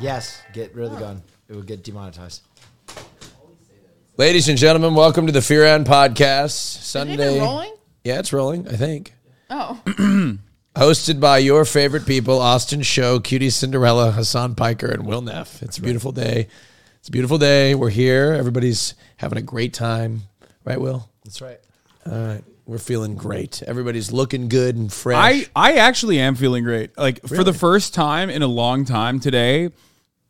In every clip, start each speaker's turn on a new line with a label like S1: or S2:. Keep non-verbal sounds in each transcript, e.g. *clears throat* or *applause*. S1: Yes, get rid of the gun. It will get demonetized.
S2: Ladies and gentlemen, welcome to the Fear and Podcast. Sunday.
S3: rolling?
S2: Yeah, it's rolling, I think. *clears throat*
S3: Oh,
S2: Hosted by your favorite people, Austin Show, Cutie Cinderella, Hassan Piker, and Will Neff. It's a beautiful day. It's a beautiful day. We're here. Everybody's having a great time. Right, Will?
S1: That's right.
S2: All right. We're feeling great. Everybody's looking good and fresh.
S4: I, I actually am feeling great. Like for the first time in a long time today,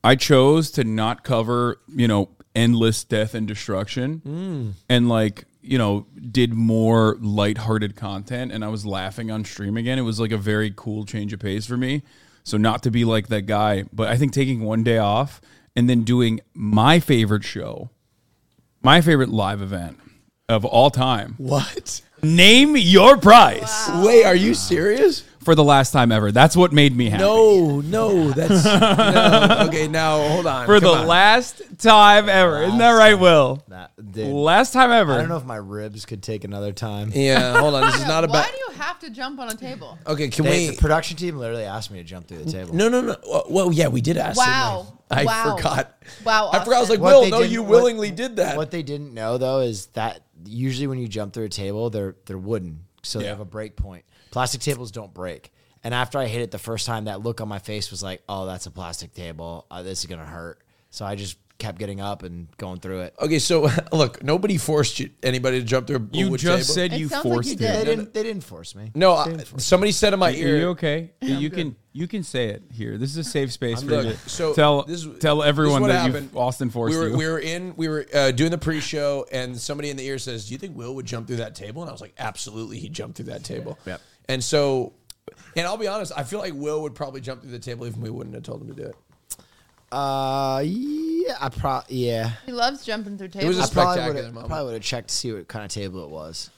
S4: I chose to not cover, you know, endless death and destruction and like, you know, did more lighthearted content and I was laughing on stream again. It was like a very cool change of pace for me. So not to be like that guy, but I think taking one day off and then doing my favorite show, my favorite live event of all time.
S2: what?
S4: Name your price
S2: Wait, are you serious?
S4: for the last time ever. That's what made me happy.
S2: No, no, that's
S4: *laughs*
S2: no. okay. Now hold on.
S4: for
S2: Come
S4: the
S2: on.
S4: last time ever. Isn't that right, Will?
S1: That, dude,
S4: Last time ever.
S1: I don't know if my ribs could take another time.
S2: yeah, hold on. This is not about.
S3: why do you have to jump on a table?
S2: Okay, can
S1: They,
S2: we?
S1: the production team literally asked me to jump through the table.
S2: No, no, no. Well, Well, yeah, we did ask.
S3: Wow.
S2: didn't we? I
S3: Wow.
S2: forgot.
S3: Wow,
S2: I forgot. I was like,
S3: Austin.
S1: What
S2: Will,
S1: they
S2: no,
S1: didn't-
S2: you
S1: what-
S2: willingly did that.
S1: What they didn't know though is that usually when you jump through a table, they're they're wooden, so they
S4: Yeah.
S1: have a break point. Plastic tables don't break. And after I hit it the first time, that look on my face was like, "Oh, that's a plastic table. Uh, this is gonna hurt." So I just kept getting up and going through it.
S2: okay, so *laughs* look, nobody forced you, anybody to jump through. A
S4: you
S2: wood
S4: just
S2: table.
S4: said
S3: It
S4: you
S3: sounds like you
S4: forced
S3: did.
S4: it.
S1: They didn't. They didn't force me.
S2: no. I, somebody said in my
S4: Are you
S2: ear. *laughs*
S4: okay? you can you can say it here. This is a safe space for
S2: Look,
S4: you.
S2: so
S4: tell
S2: this is-
S4: tell
S2: this is
S4: everyone
S2: what
S4: that
S2: happened.
S4: you Austin forced
S2: we were,
S4: you.
S2: We were in. We were uh, doing the pre-show, and somebody in the ear says, "Do you think Will would jump through that table?" And I was like, "Absolutely, he jumped through that table."
S4: Yep.
S2: And so, and I'll be honest, I feel like Will would probably jump through the table even if we wouldn't have told him to do it.
S1: Uh, yeah, I pro yeah.
S3: He loves jumping through
S2: was
S3: tables.
S1: I
S2: just-
S1: probably
S2: Spectacular
S1: would have
S2: moment.
S1: probably would have checked to see what kind of table it was.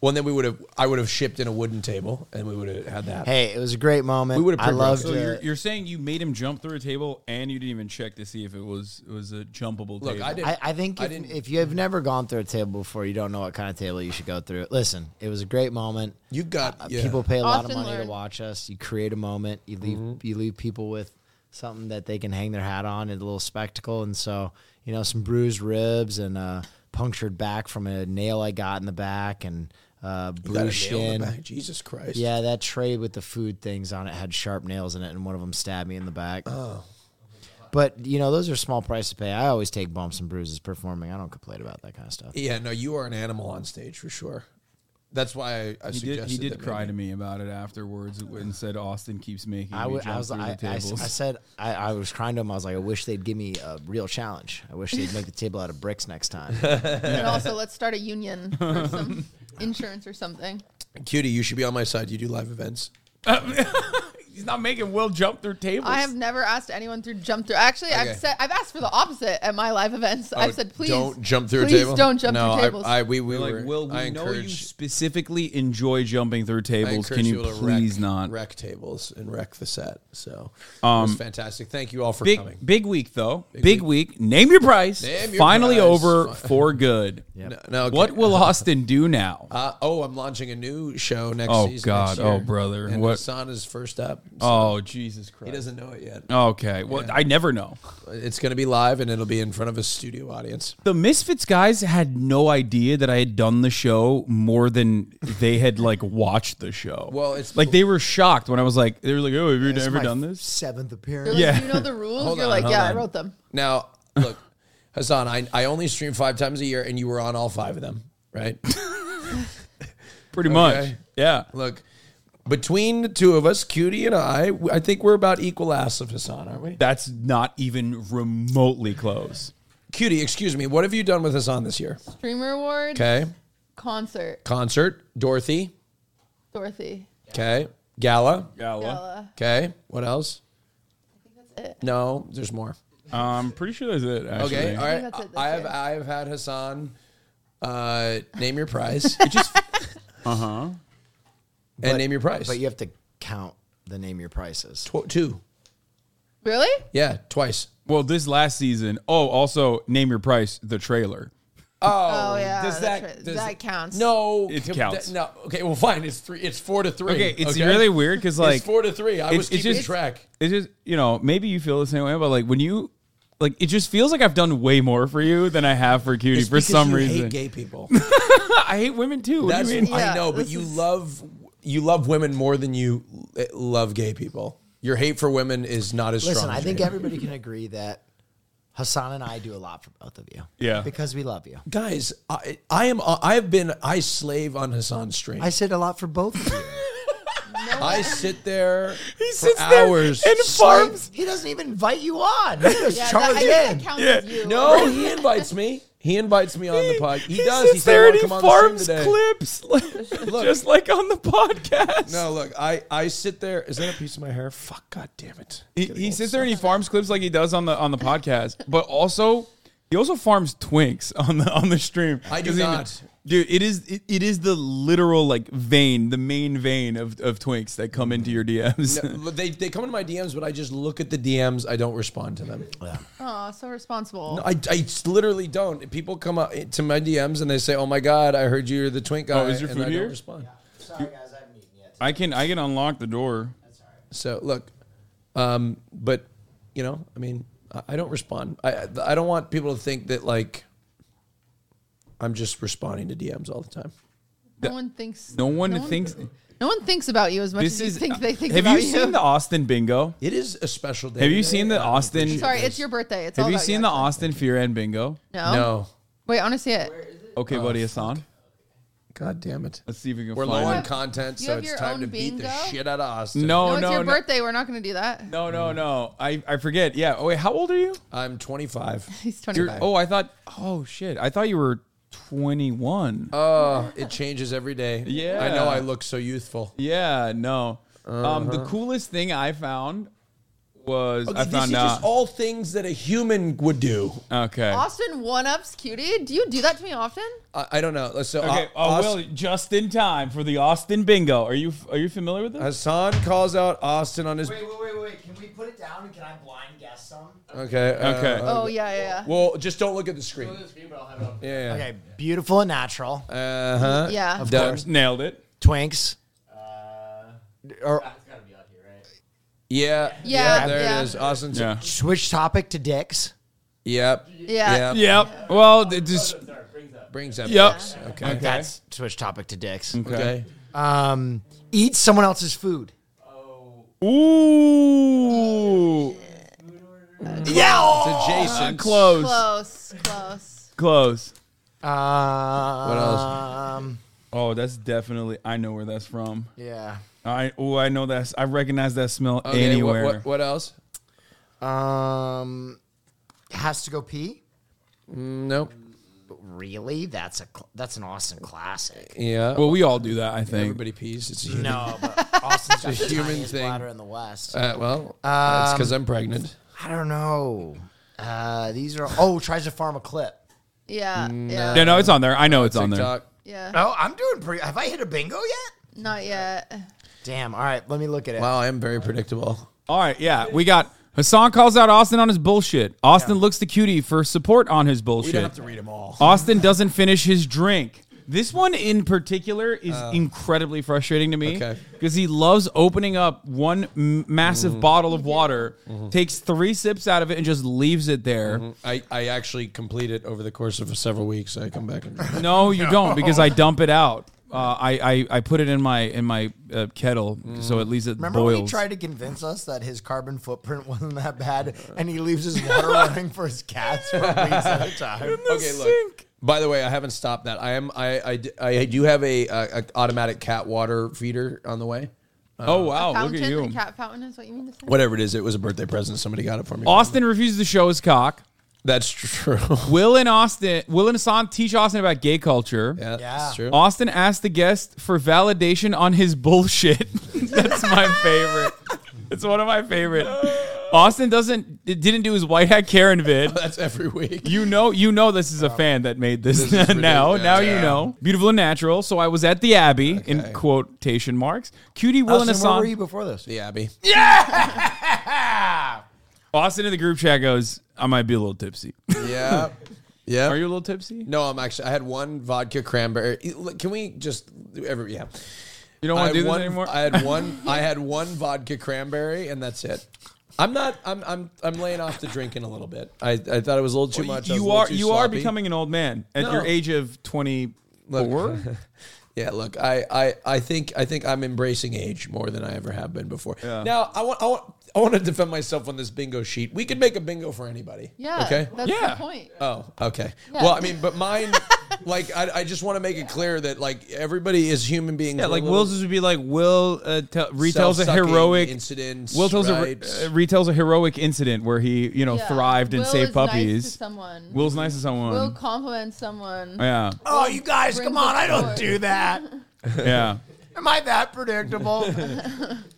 S2: Well, and then we would have. I would have shipped in a wooden table, and we would have had that.
S1: Hey, it was a great moment.
S2: We would've
S1: I loved
S2: progressed.
S4: so
S1: it.
S4: you're, you're saying you made him jump through a table and you didn't even check to see if it was it was a jumpable
S2: Look,
S4: table.
S2: I did.
S1: I, I think
S2: I
S1: if,
S2: didn't-
S1: if you have never gone through a table before, you don't know what kind of table you should go through. Listen, it was a great moment.
S2: You've got
S1: Uh,
S2: yeah.
S1: People pay a lot of
S3: Austin
S1: money to
S3: learned.
S1: watch us. You create a moment. You leave
S2: Mm-hmm.
S1: you leave people with something that they can hang their hat on and a little spectacle. And so you know, some bruised ribs and a punctured back from a nail I got in the back and uh,
S2: You got a
S1: bruised
S2: nail in the
S1: shin.
S2: back. Jesus Christ.
S1: Yeah, that tray with the food things on it had sharp nails in it, and one of them stabbed me in the back. Oh. But you know, those are small price to pay. I always take bumps and bruises performing. I don't complain about that kind of stuff.
S2: Yeah. No, you are an animal on stage for sure. That's why I, I
S4: he
S2: suggested
S4: did, he
S2: that
S4: did cry
S2: maybe-
S4: to me about it afterwards and said Austin keeps making
S1: I
S4: me
S1: wa-
S4: jump
S1: I was
S4: through
S1: I,
S4: the
S1: I s-
S4: tables.
S1: I said I, I was crying to him. I was like, I wish they'd give me a real challenge. I wish they'd make the table out of bricks next
S4: *laughs*
S1: time.
S2: *laughs*
S3: and also, let's start a union for some insurance or something.
S2: Cutie, you should be on my side. You do live events.
S4: *laughs* He's not making Will jump through tables.
S3: I have never asked anyone to jump through. Actually,
S2: Okay.
S3: I've said I've asked for the opposite at my live events. I've
S2: Oh,
S3: said, please
S2: don't jump through
S3: please
S2: a table.
S3: don't jump
S2: no,
S3: through tables.
S2: I, I we we
S4: They're
S2: were,
S4: like, Will, we
S2: I
S4: know you
S2: encourage,
S4: specifically enjoy jumping through
S2: I
S4: tables.
S2: encourage
S4: Can you
S2: people to
S4: please
S2: wreck,
S4: not? Um,
S2: wreck tables and wreck the set? So it was fantastic. Thank you all for
S4: Big
S2: coming.
S4: big week though. Big,
S2: week.
S4: week. Name your price.
S2: Name your
S4: Finally
S2: price.
S4: over
S2: Fi- *laughs*
S4: for good.
S2: No, no, okay.
S4: What will Austin
S2: *laughs*
S4: do now?
S2: Uh, oh, I'm launching a new show next
S4: Oh,
S2: season.
S4: God.
S2: next year.
S4: Oh, brother.
S2: And
S4: What-
S2: Hassan is first up. So
S4: oh Jesus Christ!
S2: He doesn't know it yet.
S4: Okay. Well, I never know.
S2: It's going to be live, and it'll be in front of a studio audience.
S4: The Misfits guys had no idea that I had done the show more than they had like watched the show.
S2: Well, it's-
S4: like they were shocked when I was like, they were like, "Oh, have you
S1: It's
S4: never
S1: my
S4: done this?"
S1: Seventh
S3: They're
S1: appearance.
S3: like,
S4: Yeah.
S3: you know the rules.
S2: Hold
S3: You're
S2: on,
S3: like,
S2: hold
S3: yeah,
S2: on.
S3: I wrote them.
S2: Now, look, Hassan, I, I only stream five times a year, and you were on all five of them, right?
S4: Pretty much.
S2: Okay.
S4: Yeah.
S2: look, between the two of us, Cutie and I, w- I think we're about equal ass of Hassan, aren't we?
S4: That's not even remotely close.
S2: Cutie, excuse me, what have you done with Hassan this year?
S3: Streamer award,
S2: Okay.
S3: concert,
S2: Concert, Dorothy,
S3: Dorothy,
S2: okay. Gala,
S3: gala.
S2: okay. What else?
S3: that's it.
S2: No, there's more.
S4: I'm pretty sure that's it. Actually.
S2: Okay, all
S3: think
S2: right.
S3: that's it this
S2: I have
S3: year.
S2: I have had Hassan uh, name your
S3: *laughs*
S2: price
S4: Uh huh.
S2: and name your price.
S1: But you have to count the name your prices.
S2: Tw- two,
S3: Really?
S2: yeah, twice.
S4: Well, this last season. Oh, also name your price. The trailer.
S2: Oh,
S3: Oh, yeah,
S2: Does
S3: that's
S2: that
S3: right.
S2: does-
S3: That counts.
S2: No,
S4: It
S2: com-
S4: counts.
S2: no, okay. Well, fine. It's three. It's four to three.
S4: Okay, it's really weird because like
S2: it's four to three. I
S4: it-
S2: was
S4: it's
S2: keeping
S4: just-
S2: track.
S4: It's just you know maybe you feel the same way, but like when you like it just feels like I've done way more for you than I have for Cutie
S2: It's
S4: for
S2: because
S4: some
S2: you
S4: reason.
S2: hate gay people.
S4: *laughs* I hate women too. What do
S2: That's
S4: you mean?
S2: I
S3: Yeah,
S2: know, but
S3: this
S2: you
S3: is-
S2: love you love women more than you l- love gay people. Your hate for women is not as
S1: Listen,
S2: strong.
S1: I
S2: as
S1: think
S2: yours.
S1: everybody
S4: *laughs*
S1: can agree that Hassan and I do a lot for both of you.
S4: Yeah.
S1: Because we love you.
S2: guys, I, I am I have been I slave on Hassan's stream.
S1: I
S2: I,
S1: said a lot for both of you.
S4: *laughs*
S2: sit there for
S4: sits there
S2: hours
S4: and farms.
S1: he doesn't even invite you on. He just
S3: *laughs* Yeah,
S1: charge
S3: that, I think
S1: in.
S3: that counts
S4: Yeah.
S3: as you.
S2: No, he invites me. He invites me on the pod. He, does.
S4: sits
S2: he said,
S4: there and
S2: "Wanna
S4: he
S2: come on the
S4: farms
S2: stream today?"
S4: clips, *laughs*
S2: Look.
S4: just like on the podcast.
S2: No, look, I, I sit there. Is that a piece of my hair? Fuck, god damn it.
S4: he, he sits there and he farms clips like he does on the on the podcast, but also he also farms twinks on the on the stream.
S2: I do
S4: 'Cause he-
S2: not.
S4: dude. It is it, it is the literal like vein, the main vein of of twinks that come into your DMs.
S2: *laughs* No, they, they come into my DMs, but I just look at the DMs. I don't respond to them.
S3: Aw, so responsible.
S2: I, I literally don't. People come up to my DMs and they say, "Oh my god, I heard you're the twink guy."
S4: Oh, is your
S2: and
S4: food
S2: I
S4: here?
S2: Don't respond.
S1: Sorry, guys, I haven't eaten yet.
S4: *laughs* I can I can unlock the door.
S2: So look, um, but you know, I mean, I, I don't respond. I I don't want people to think that like I'm just responding to DMs all the time.
S3: no one thinks.
S4: No one thinks.
S3: No one thinks about you as much
S4: This
S3: as you
S4: is.
S3: think they think
S4: have
S3: about
S4: you
S3: you.
S4: seen
S3: *laughs*
S4: the Austin bingo?
S2: It is a special day.
S4: Have you
S2: today,
S4: seen the
S2: and I
S4: Austin-
S2: appreciate
S3: Sorry,
S2: this.
S3: it's your birthday. It's all
S4: Have you
S3: about
S4: seen the Austin Fear and bingo?
S3: No.
S2: No,
S3: Wait, I want to see it.
S4: Okay, buddy Hassan.
S2: god damn it.
S4: Let's see if we can
S2: Oh, We're low
S4: find
S2: on
S4: it.
S2: content,
S3: you
S2: so
S3: have
S2: it's
S3: your
S2: time
S3: own
S2: to beat the
S3: bingo?
S2: shit out of Austin.
S4: No,
S3: no, it's
S4: Oh, no,
S3: your
S4: no.
S3: birthday. We're not going to do that. *laughs*
S4: No, no, no. I, I forget. Yeah. Oh, wait. How old are you?
S2: I'm
S3: *laughs*
S2: 25.
S3: He's
S4: You're-
S3: 25.
S4: oh, I thought. Oh shit. I thought you were 21.
S2: Oh, it changes every day.
S4: Yeah.
S2: I know I look so youthful.
S4: yeah. No. Um, the coolest thing I found was
S2: uh-huh.
S4: I
S2: Oh, this is
S4: found
S2: just
S4: out.
S2: all things that a human would do.
S4: okay.
S3: Austin one ups cutie. Do you do that to me often?
S2: I, I don't know. So
S4: Okay.
S2: uh, Aus-
S4: oh, Will, just in time for the Austin Bingo. Are you are you familiar
S2: uh,
S4: with this?
S2: Hassan calls out Austin on his.
S1: Wait, wait, wait, wait. Can we put it down and can I blind guess some?
S2: Okay. uh,
S4: Okay.
S3: oh yeah, yeah, yeah.
S2: Well, just don't look at the screen. Yeah.
S1: Okay, beautiful and natural.
S2: Uh huh.
S3: yeah.
S1: Of
S2: Done.
S1: course.
S4: Nailed it.
S1: Twinks. uh, or
S2: Yeah.
S3: Yeah,
S2: There
S3: yeah.
S2: it is. Austin's.
S4: Yeah.
S1: switch topic to dicks.
S2: Yep.
S3: Yeah.
S2: Yep.
S4: Yep. Well, it
S2: Oh,
S4: just
S2: Brings up.
S4: yep.
S2: Okay.
S1: Like That's switch topic to dicks.
S2: Okay.
S1: Um, eat someone else's food.
S4: Ooh.
S1: Yeah.
S2: To Jason.
S4: Ah, Close.
S3: Close, close.
S4: Close.
S1: Um,
S2: What else?
S4: Oh, that's definitely. I know where that's from.
S1: Yeah.
S4: I oh, I know that's. I recognize that smell
S2: Okay,
S4: anywhere.
S2: What, what, what else?
S1: Um, has to go pee.
S2: Nope.
S1: Really? That's a cl- that's an Austin classic.
S2: Yeah.
S4: Well, we all do that, I think.
S2: Everybody pees. It's a human.
S1: *laughs* No, but Austin's got
S2: It's a
S1: the
S2: human
S1: tiniest
S2: thing.
S1: bladder in the West.
S2: Uh, well, uh, it's because I'm pregnant.
S1: I don't know. Uh, these are oh tries to farm a clip.
S3: Yeah, yeah,
S4: Yeah, no, it's on there. I know it's on there.
S2: TikTok.
S3: yeah.
S1: Oh, I'm doing pretty. Have I hit a bingo yet?
S3: Not yet.
S1: Damn. All right, let me look at it.
S2: Wow, I am very predictable.
S4: All right, yeah, we got Hassan calls out Austin on his bullshit. Austin looks to cutie for support on his bullshit.
S2: read them all.
S4: Austin doesn't finish his drink. This one in particular is incredibly frustrating to me
S2: Oh. Okay.
S4: because he loves opening up one m-
S2: Mm-hmm.
S4: massive bottle of water, takes three sips out of it, and just leaves it there.
S2: I, I actually complete it over the course of several weeks. I come back and *laughs*
S4: No, you don't, because I dump it out. Uh, I, I I put it in my in my uh, kettle,
S2: Mm-hmm.
S4: so at least it
S1: Remember
S4: boils.
S1: when he tried to convince us that his carbon footprint *laughs* wasn't that bad, and he leaves his water *laughs* running for his cats for weeks at *laughs* a time.
S2: okay, look. By the way, I haven't stopped that. I am I I, d- I do have a, uh a automatic cat water feeder on the way.
S4: oh wow, look
S3: Fountain,
S4: at you.
S3: a cat fountain is what you mean to say.
S2: Whatever it is, it was a birthday present. Somebody got it for me.
S4: Austin refuses to show his cock.
S2: That's *laughs* true.
S4: Will and Austin, Will and Hassan teach Austin about gay culture.
S2: yeah, that's true.
S4: Austin asked the guest for validation on his bullshit. *laughs* That's my favorite. It's one of my favorite. Austin doesn't it didn't do his white hat Karen vid.
S2: That's every week.
S4: You know, you know this is a fan that made this,
S2: This is
S4: *laughs* now.
S2: ridiculous.
S4: Now you
S2: Yeah.
S4: know. Beautiful and natural. So I was at the Abbey in
S2: Okay.
S4: quotation marks. Cutie Will and
S1: Austin, where
S4: Hassan.
S1: were you before this?
S2: the Abbey. *laughs*
S4: Austin in the group chat goes, I might be a little tipsy.
S2: Yeah. Yeah.
S4: Are you a little tipsy?
S2: No, I'm actually. I had one vodka cranberry. Look, Can we just every yeah?
S4: You don't
S2: I
S4: want
S2: had
S4: to do this
S2: one,
S4: anymore?
S2: I
S4: *laughs*
S2: had one. I had one vodka cranberry, and that's it. I'm not. I'm. I'm. I'm laying off the drinking a little bit. I. I thought it was a little too much. I was a
S4: you
S2: little
S4: are
S2: too
S4: you are
S2: sloppy.
S4: becoming an old man at
S2: No.
S4: your age of 24.
S2: *laughs* Yeah. Look, I. I. I think. I think I'm embracing age more than I ever have been before.
S4: Yeah.
S2: Now I want. I want. I want to defend myself on this bingo sheet. We could make a bingo for anybody.
S3: Yeah.
S2: Okay.
S3: That's
S4: Yeah. Uh,
S3: the point.
S2: Oh, okay.
S3: Yeah.
S2: Well, I mean, but mine, *laughs* like, I, I just want to make it clear that, like, everybody is human beings. *laughs*
S4: Yeah,
S2: We're
S4: like
S2: little
S4: Will's would be like Will uh, tell retells a
S2: self-sucking
S4: heroic
S2: incidents.
S4: Will tells
S2: right?
S4: a uh, retells a heroic incident where he you know
S3: Yeah.
S4: thrived and
S3: Will
S4: saved
S3: is Nice to
S4: puppies.
S3: someone. Will,
S4: Will's nice to someone.
S3: compliments someone.
S4: yeah,
S1: Oh, you guys,
S3: Brings
S1: come on!
S3: the
S1: I don't
S3: joy.
S1: do that.
S4: yeah.
S1: Am I that *laughs* predictable?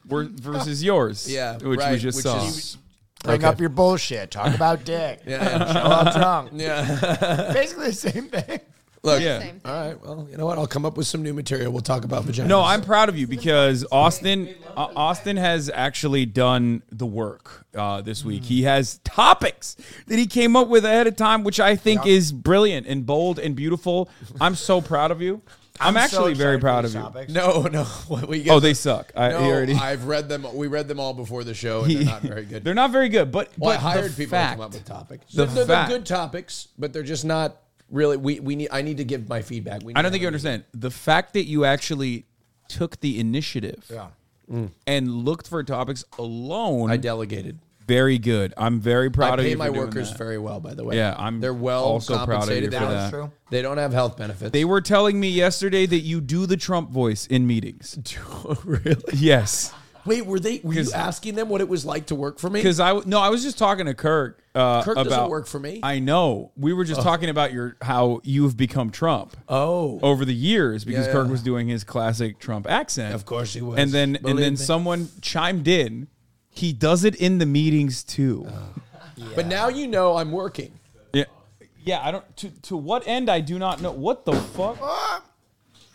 S4: We're, versus yours.
S2: Yeah,
S4: which we
S2: right,
S4: just
S2: which
S4: saw. *laughs*
S2: is-
S1: Bring
S2: Okay.
S1: up your bullshit. Talk about dick.
S2: yeah,
S1: Show up *laughs* drunk.
S2: yeah. *laughs*
S1: Basically the same thing.
S2: Look,
S4: Yeah.
S3: Same thing.
S2: all right. Well, you know what? I'll come up with some new material. We'll talk about vagina.
S4: No, I'm proud of you because Austin uh, Austin has actually done the work uh, this week. He has topics that he came up with ahead of time, which I think is brilliant and bold and beautiful. I'm so proud
S2: *laughs*
S4: of you. I'm,
S1: so
S4: actually very
S1: excited for
S4: proud of
S1: these
S4: you.
S1: topics.
S2: no, *laughs* no. What we get-
S4: Oh, they suck. I,
S2: no,
S4: he already. *laughs*
S2: I've read them. We read them all before the show, and they're not very good.
S4: They're not very good, but,
S2: Well, I
S4: but
S2: hired
S4: the
S2: people
S4: fact,
S2: to come up with topics.
S4: The
S2: they're,
S4: fact-
S2: they're good topics, but they're just not really. We, we need. I need to give my feedback. We need
S4: I don't think
S2: to-
S4: you understand the fact that you actually took the initiative
S1: Yeah.
S4: and looked for topics alone.
S2: I delegated.
S4: very good. I'm very proud
S2: I
S4: of
S2: pay
S4: you.
S2: my
S4: for doing
S2: workers
S4: that.
S2: very well, by the way.
S4: Yeah, I'm
S2: They're well
S4: also proud of you
S2: compensated.
S4: for
S2: they,
S4: that.
S1: That's
S2: don't,
S1: true.
S2: they don't have health benefits. *laughs*
S4: They were telling me yesterday that you do the Trump voice in meetings. *laughs*
S2: really?
S4: Yes,
S2: Wait, were they? Were you
S4: 'Cause-
S2: asking them what it was like to work for me?
S4: because I w- no, I was just talking to Kirk. Uh,
S2: Kirk
S4: about,
S2: doesn't work for me.
S4: I know. We were just talking about your how you've become Trump
S2: oh,
S4: over the years because
S2: Yeah.
S4: Kirk was doing his classic Trump accent.
S2: Of course he was.
S4: And then and
S2: Believe
S4: then
S2: me.
S4: someone chimed in. He does it in the meetings too.
S2: Oh. but now you know I'm working.
S4: yeah. Yeah, I don't to to what end I do not know. What the fuck?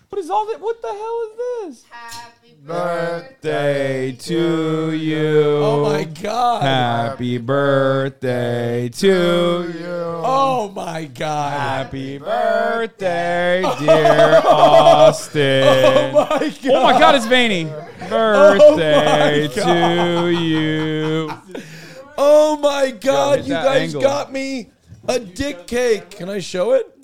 S4: What is all that? What the hell is this?
S3: Happy
S4: Day to you.
S2: Oh my god.
S4: Happy birthday to you.
S2: Oh my god.
S4: Happy birthday, *laughs* dear Austin. Oh
S2: my
S4: my,
S2: god.
S4: God, Oh it's Vaney. *laughs* Birthday to you.
S2: Oh my god.
S4: hit
S2: You
S4: that
S2: guys
S4: angle.
S2: got me a dick cake. Can I show it?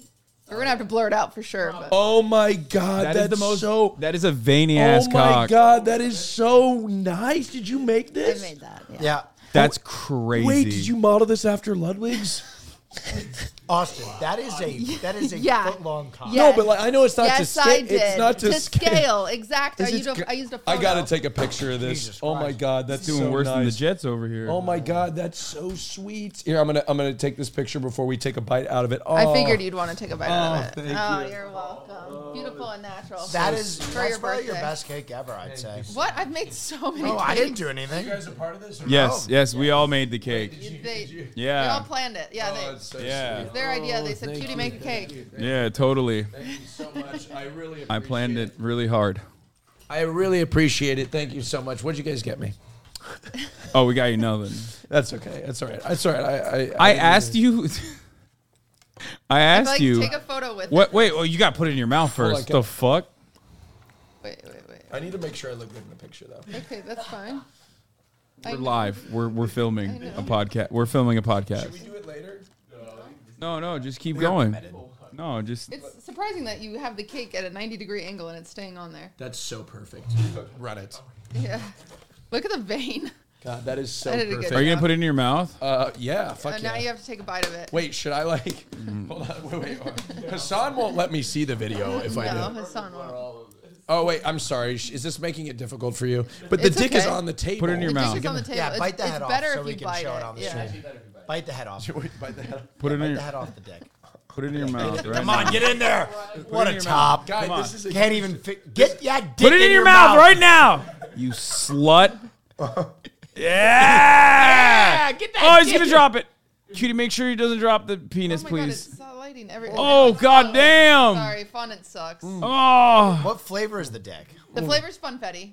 S3: We're gonna have to blur it out for sure. But
S2: Oh my god.
S4: That is
S2: that's
S4: the most.
S2: so
S4: that is a veiny ass
S2: Oh my
S4: cock.
S2: god, that is so nice. Did you make
S3: I
S2: this?
S3: made that. Yeah.
S1: Yeah.
S4: That's crazy.
S2: Wait, did you model this after
S3: *laughs*
S2: Ludwig's?
S1: Austin, that is a that is a
S3: Yeah.
S1: foot long cock.
S3: Yeah.
S2: No, but like I know it's not to
S3: yes, I
S2: scale.
S3: did.
S2: It's not to,
S3: to
S2: scale.
S3: scale. Exactly. I
S2: This is
S3: used,
S2: g-
S3: a, I used a
S2: I
S3: photo.
S2: gotta take a picture of this.
S1: Jesus
S2: oh my
S1: Christ.
S2: god, that's
S4: doing
S2: so
S4: worse than the
S2: nice.
S4: Jets over here?
S2: Oh my god, that's so sweet. Here, I'm gonna I'm gonna take this picture before we take a bite out of it. Oh,
S3: I figured you'd want to take a bite out of
S2: Oh,
S3: it.
S2: thank
S3: oh, you. are welcome. Beautiful and natural.
S1: That is
S3: for
S1: that's
S3: your
S1: probably
S3: birthday.
S1: your best cake ever, I'd say.
S3: What? I've made so many.
S1: Oh, I
S3: cakes.
S1: didn't do anything.
S2: guys are part of this.
S4: Yes, yes, we all made the cake.
S3: You-
S2: *laughs*
S3: They, they all
S4: Yeah,
S3: planned it. Yeah,
S2: Oh,
S3: they,
S4: yeah,
S3: their idea. They said,
S2: thank
S3: "Cutie,
S2: you.
S3: make a cake."
S4: yeah. Totally.
S2: Thank you so much. I really appreciate
S4: I planned it really hard.
S2: I really appreciate it. Thank you so much. What'd you guys get me?
S4: Oh, we got
S2: *laughs*
S4: you nothing.
S2: That's okay. That's all right. That's all right. I I,
S4: I asked you. *laughs* I asked
S3: Like,
S4: you.
S3: take a photo with
S4: what?
S3: it.
S4: Wait. Oh, you got to put it in your mouth
S2: Hold on,
S4: first.
S2: can-
S4: the fuck.
S3: Wait, wait, wait.
S2: I need to make sure I look good in the picture though.
S3: Okay, that's fine. I
S4: We're
S3: know.
S4: live. We're we're filming
S3: I know.
S4: a podcast. We're filming a podcast.
S2: do it later?
S4: No, no. Just keep going. No, just
S3: It's surprising that you have the cake at a 90 degree angle and it's staying on there. *laughs*
S2: That's so perfect. *laughs* Run it.
S3: Yeah. Look at the vein.
S2: God, that is so
S3: I did a good
S2: perfect.
S4: Are you gonna put it in your mouth?
S2: Uh, yeah,
S3: So
S2: fuck yeah.
S3: now you have to take a bite of it.
S2: Wait, should I like?
S4: Mm.
S2: Hold on, wait, wait. hold
S3: *laughs*
S2: on. Hassan won't let me see the video if
S3: no,
S2: I do.
S3: Hassan won't.
S2: Oh wait, I'm sorry. Sh- Is this making it difficult for you? But the
S3: It's
S2: dick is
S3: okay.
S2: on the table.
S4: Put it in your
S3: The
S4: mouth.
S3: dish is on the table.
S1: Yeah, bite
S3: it's,
S1: the
S3: it's
S1: head off
S3: better
S1: so
S3: if
S1: we
S3: you
S1: can
S3: bite
S1: show it
S3: it.
S1: on the
S3: yeah.
S1: stream. Bite the head off. Bite
S2: Wait, by the head.
S4: Put it in
S1: the
S4: your.
S1: head off the dick.
S4: Put it in your mouth. right
S1: Come
S4: now.
S1: on, get in there. What a
S4: in your
S1: top.
S2: Guy,
S4: on.
S2: this is a,
S1: Can't even fi- get that dick
S4: Put it in your mouth right now. You *laughs* slut. Yeah.
S1: get
S4: Oh, he's gonna drop it. Cutie, make sure he doesn't drop the
S3: Oh
S4: penis,
S3: my god,
S4: please.
S3: it's lighting everything.
S4: Oh god damn.
S3: Sorry, fondant sucks.
S4: Oh,
S1: What flavor is the dick?
S3: The flavor's funfetti.